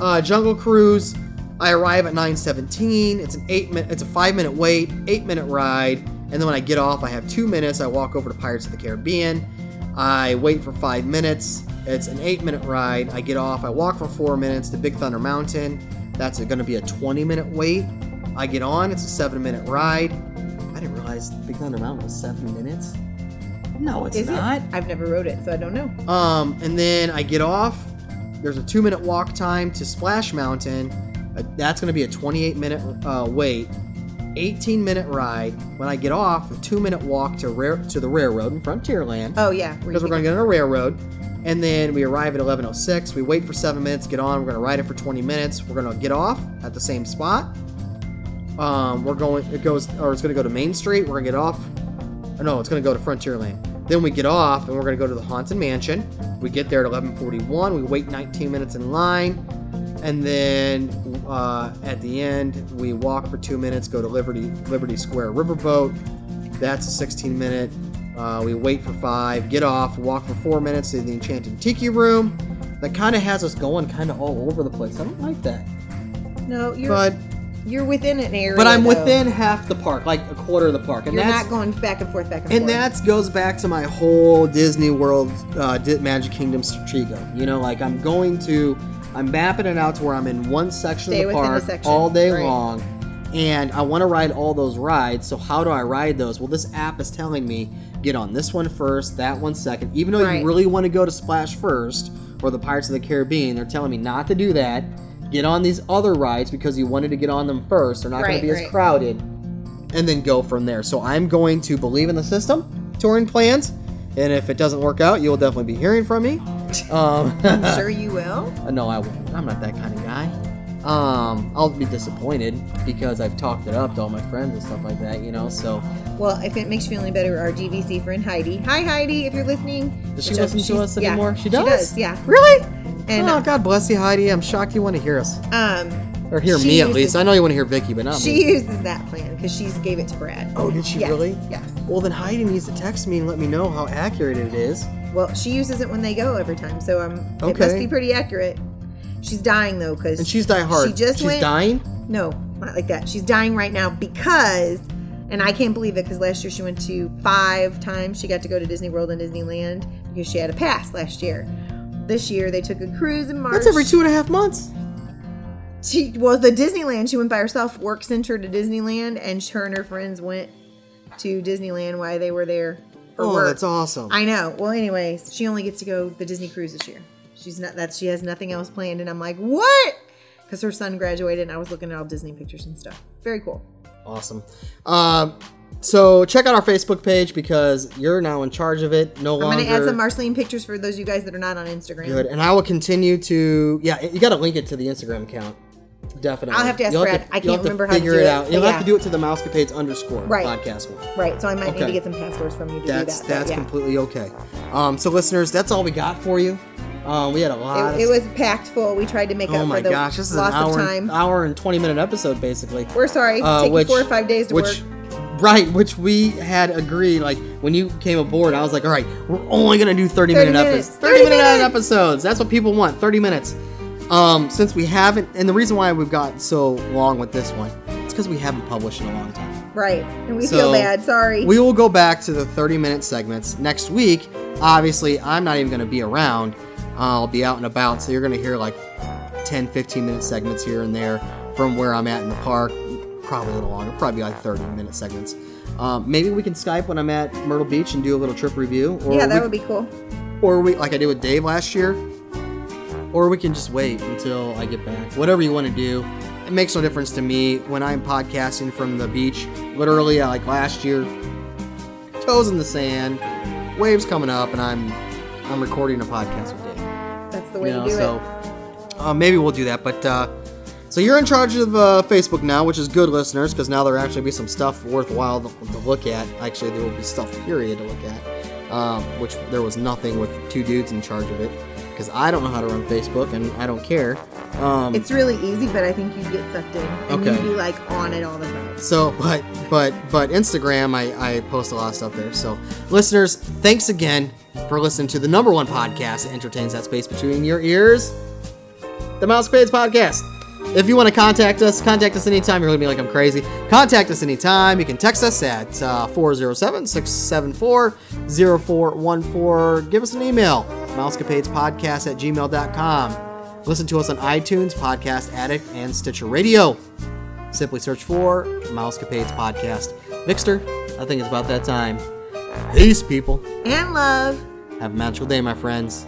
C: Uh, Jungle Cruise. I arrive at 9:17. It's an eight minute. It's a five minute wait. Eight minute ride. And then when I get off, I have two minutes. I walk over to Pirates of the Caribbean. I wait for five minutes. It's an eight minute ride. I get off. I walk for four minutes to Big Thunder Mountain. That's going to be a 20 minute wait. I get on. It's a seven minute ride. I didn't realize Big Thunder Mountain was seven minutes. No, it's
D: Is
C: not.
D: it? I've never rode it, so I don't know.
C: Um, and then I get off. There's a two minute walk time to Splash Mountain. Uh, that's going to be a 28 minute uh, wait, 18 minute ride. When I get off, a two minute walk to rare to the railroad in Frontierland
D: Oh yeah,
C: because we're going to get on a railroad. And then we arrive at 11:06. We wait for seven minutes. Get on. We're going to ride it for 20 minutes. We're going to get off at the same spot. Um, we're going. It goes, or it's going to go to Main Street. We're going to get off. Or no, it's going to go to Frontierland. Then we get off, and we're going to go to the Haunted Mansion. We get there at 11:41. We wait 19 minutes in line, and then uh, at the end we walk for two minutes. Go to Liberty Liberty Square Riverboat. That's a 16 minute. Uh, we wait for five, get off, walk for four minutes to the Enchanted Tiki Room. That kind of has us going kind of all over the place. I don't like that.
D: No, you're
C: But
D: you're within an area.
C: but I'm
D: though.
C: within half the park, like a quarter of the park, and
D: You're
C: that's
D: not going back and forth, back and,
C: and
D: forth.
C: that goes back to my whole Disney World uh, Di- Magic Kingdom Stratego. You know, like I'm going to, I'm mapping it out to where I'm in one section
D: Stay
C: of the
D: within a
C: park
D: section,
C: all day
D: right.
C: long, and I want to ride all those rides. So how do I ride those? Well, this app is telling me get on this one first, that one second. Even though
D: Right.
C: you really want to go to Splash first or the Pirates of the Caribbean, they're telling me not to do that. Get on these other rides because you wanted to get on them first. They're not going
D: Right,
C: to be
D: right.
C: as crowded and then go from there. So I'm going to believe in the system, touring plans, and if it doesn't work out, you'll definitely be hearing from me. Um,
D: I'm sure you will.
C: no, I won't. I'm not that kind of guy. Um, I'll be disappointed because I've talked it up to all my friends and stuff like that, you know. So
D: Well, if it makes you feel any better, our DVC friend Heidi. Hi, Heidi, if you're listening.
C: Does she
D: Which, uh,
C: listen to
D: she's-
C: us
D: yeah,
C: anymore? She
D: She
C: does?
D: does, yeah.
C: really,
D: And uh,
C: oh God bless you, Heidi. I'm shocked you want to hear us
D: um,
C: or hear
D: She
C: me at
D: uses-
C: least. I know you want to hear Vicky, but not me.
D: she uses that plan because she's gave it to Brad.
C: Oh, did she
D: yes,
C: really?
D: Yes.
C: Well, then Heidi needs to text me and let me know how accurate it is.
D: Well, she uses it when they go every time, so um, it must
C: Okay.
D: be pretty accurate. She's dying though, because
C: And she's die hard.
D: She just
C: she's
D: went.
C: dying.
D: No, not like that. She's dying right now because, and I can't believe it because last year she went to five times. She got to go to Disney World and Disneyland because she had a pass last year. This year they took a cruise in March.
C: That's every two and a half months.
D: She well, the Disneyland she went by herself. Work sent her to Disneyland, and her and her friends went to Disneyland while they were there for
C: Oh,
D: work.
C: that's awesome.
D: I know. Well, anyways, she only gets to go the Disney cruise this year. She's not that she has nothing else planned, and I'm like, what? Because her son graduated, and I was looking at all Disney pictures and stuff. Very cool.
C: Awesome. Um, so check out our Facebook page because you're now in charge of it. No
D: I'm
C: longer.
D: gonna add some Marceline pictures for those of you guys that are not on Instagram.
C: Good. And I will continue to. Yeah, you got to link it to the Instagram account. Definitely.
D: I'll have to ask
C: You'll
D: Brad. I
C: you'll
D: can't
C: have
D: remember how to
C: figure
D: do
C: it,
D: it,
C: out.
D: but
C: You'll have
D: yeah.
C: to do it to the mousecapades underscore
D: Right.
C: podcast one.
D: Right, so I might need
C: Okay.
D: to get some passwords from you to
C: That's
D: do that. but
C: that's
D: yeah.
C: completely okay. Um, so listeners, that's all we got for you. Um, we had a lot.
D: It, it was packed full. We tried to make
C: oh
D: up
C: my
D: for the
C: gosh, this is an
D: loss of
C: hour,
D: time.
C: hour and twenty minute episode basically.
D: We're sorry.
C: Uh,
D: Take
C: which-
D: you four or five days to
C: which,
D: work.
C: Right, which we had agreed. Like when you came aboard, I was like, "All right, we're only gonna do thirty,
D: 30
C: minute
D: minutes,
C: episodes. Thirty
D: 30
C: minute
D: minutes.
C: episodes. That's what people want. Thirty minutes." Um, since we haven't, and the reason why we've gotten so long with this one, it's because we haven't published in a long time.
D: Right. And we
C: So,
D: feel bad. Sorry.
C: We will go back to the 30 minute segments next week. Obviously, I'm not even going to be around. I'll be out and about, so you're going to hear like 10, 15 minute segments here and there from where I'm at in the park. Probably a little longer, probably like 30 minute segments. Um, maybe we can Skype when I'm at Myrtle Beach and do a little trip review. Or
D: yeah, that
C: we,
D: would be cool.
C: Or we, like I did with Dave last year. Or we can just wait until I get back. Whatever you want to do. It makes no difference to me when I'm podcasting from the beach. Literally, uh, like last year, toes in the sand, waves coming up, and I'm I'm recording a podcast with Dave.
D: That's the way
C: you know,
D: to do
C: so
D: it.
C: uh, maybe we'll do that. But uh, so you're in charge of uh, Facebook now, which is good, listeners, because now there'll actually be some stuff worthwhile to, to look at. Actually, there will be stuff period to look at, um, which there was nothing with two dudes in charge of it, because I don't know how to run Facebook and I don't care. Um,
D: It's really easy, but I think you'd get sucked in. And
C: Okay.
D: you'd be like on it all the time.
C: So, but but but Instagram, I, I post a lot of stuff there. So, listeners, thanks again for listening to the number one podcast that entertains that space between your ears, the Mouse Page Podcast. If you want to contact us, contact us anytime. You're going to be like, I'm crazy. Contact us anytime. You can text us at uh, 407 674 0414. Give us an email, mousecapadespodcast at gmail.com. Listen to us on iTunes, Podcast Addict, and Stitcher Radio. Simply search for Mousecapades Podcast. Mixter, I think it's about that time. Peace, people.
D: And love.
C: Have a magical day, my friends.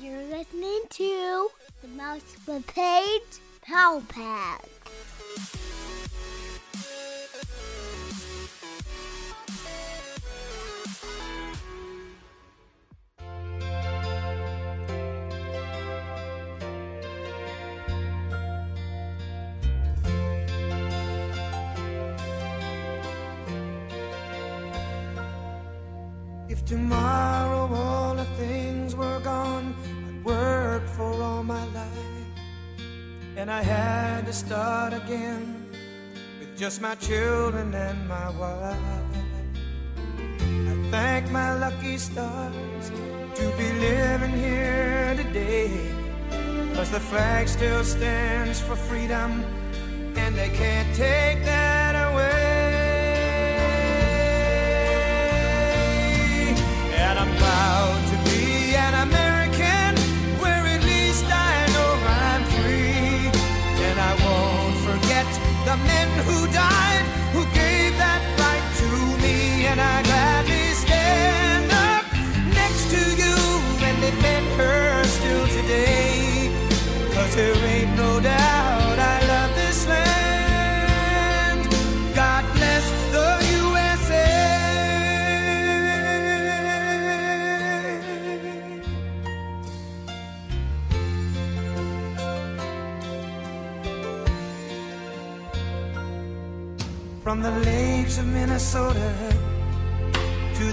E: You're listening to the Mouse Page Power Pack.
F: If tomorrow all the things were gone, I'd worked for all my life. And I had to start again with just my children and my wife. I thank my lucky stars to be living here today. Cause the flag still stands for freedom, and they can't take that away. And I'm proud to be an American, where at least I know I'm free. And I won't forget the men who died, who gave that right to me. And I gladly stand up next to you and defend her still today. Cause there ain't no doubt I love this land. God bless the USA. From the lakes of Minnesota to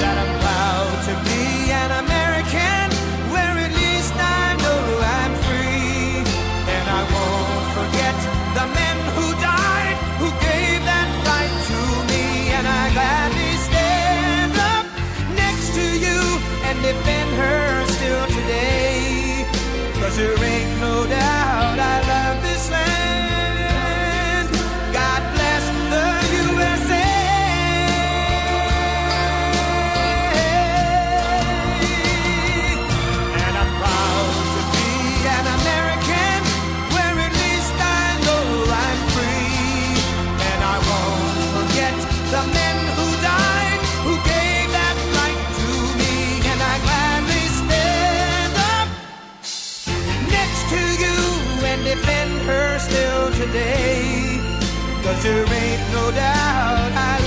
F: that I'm proud to be an American, where at least There ain't no doubt I love this land. God bless the USA. And I'm proud to be an American, where at least I know I'm free. And I won't forget the men who died, who gave that right to me. And I gladly stand up next to you and defend her still today. Cause there ain't no doubt I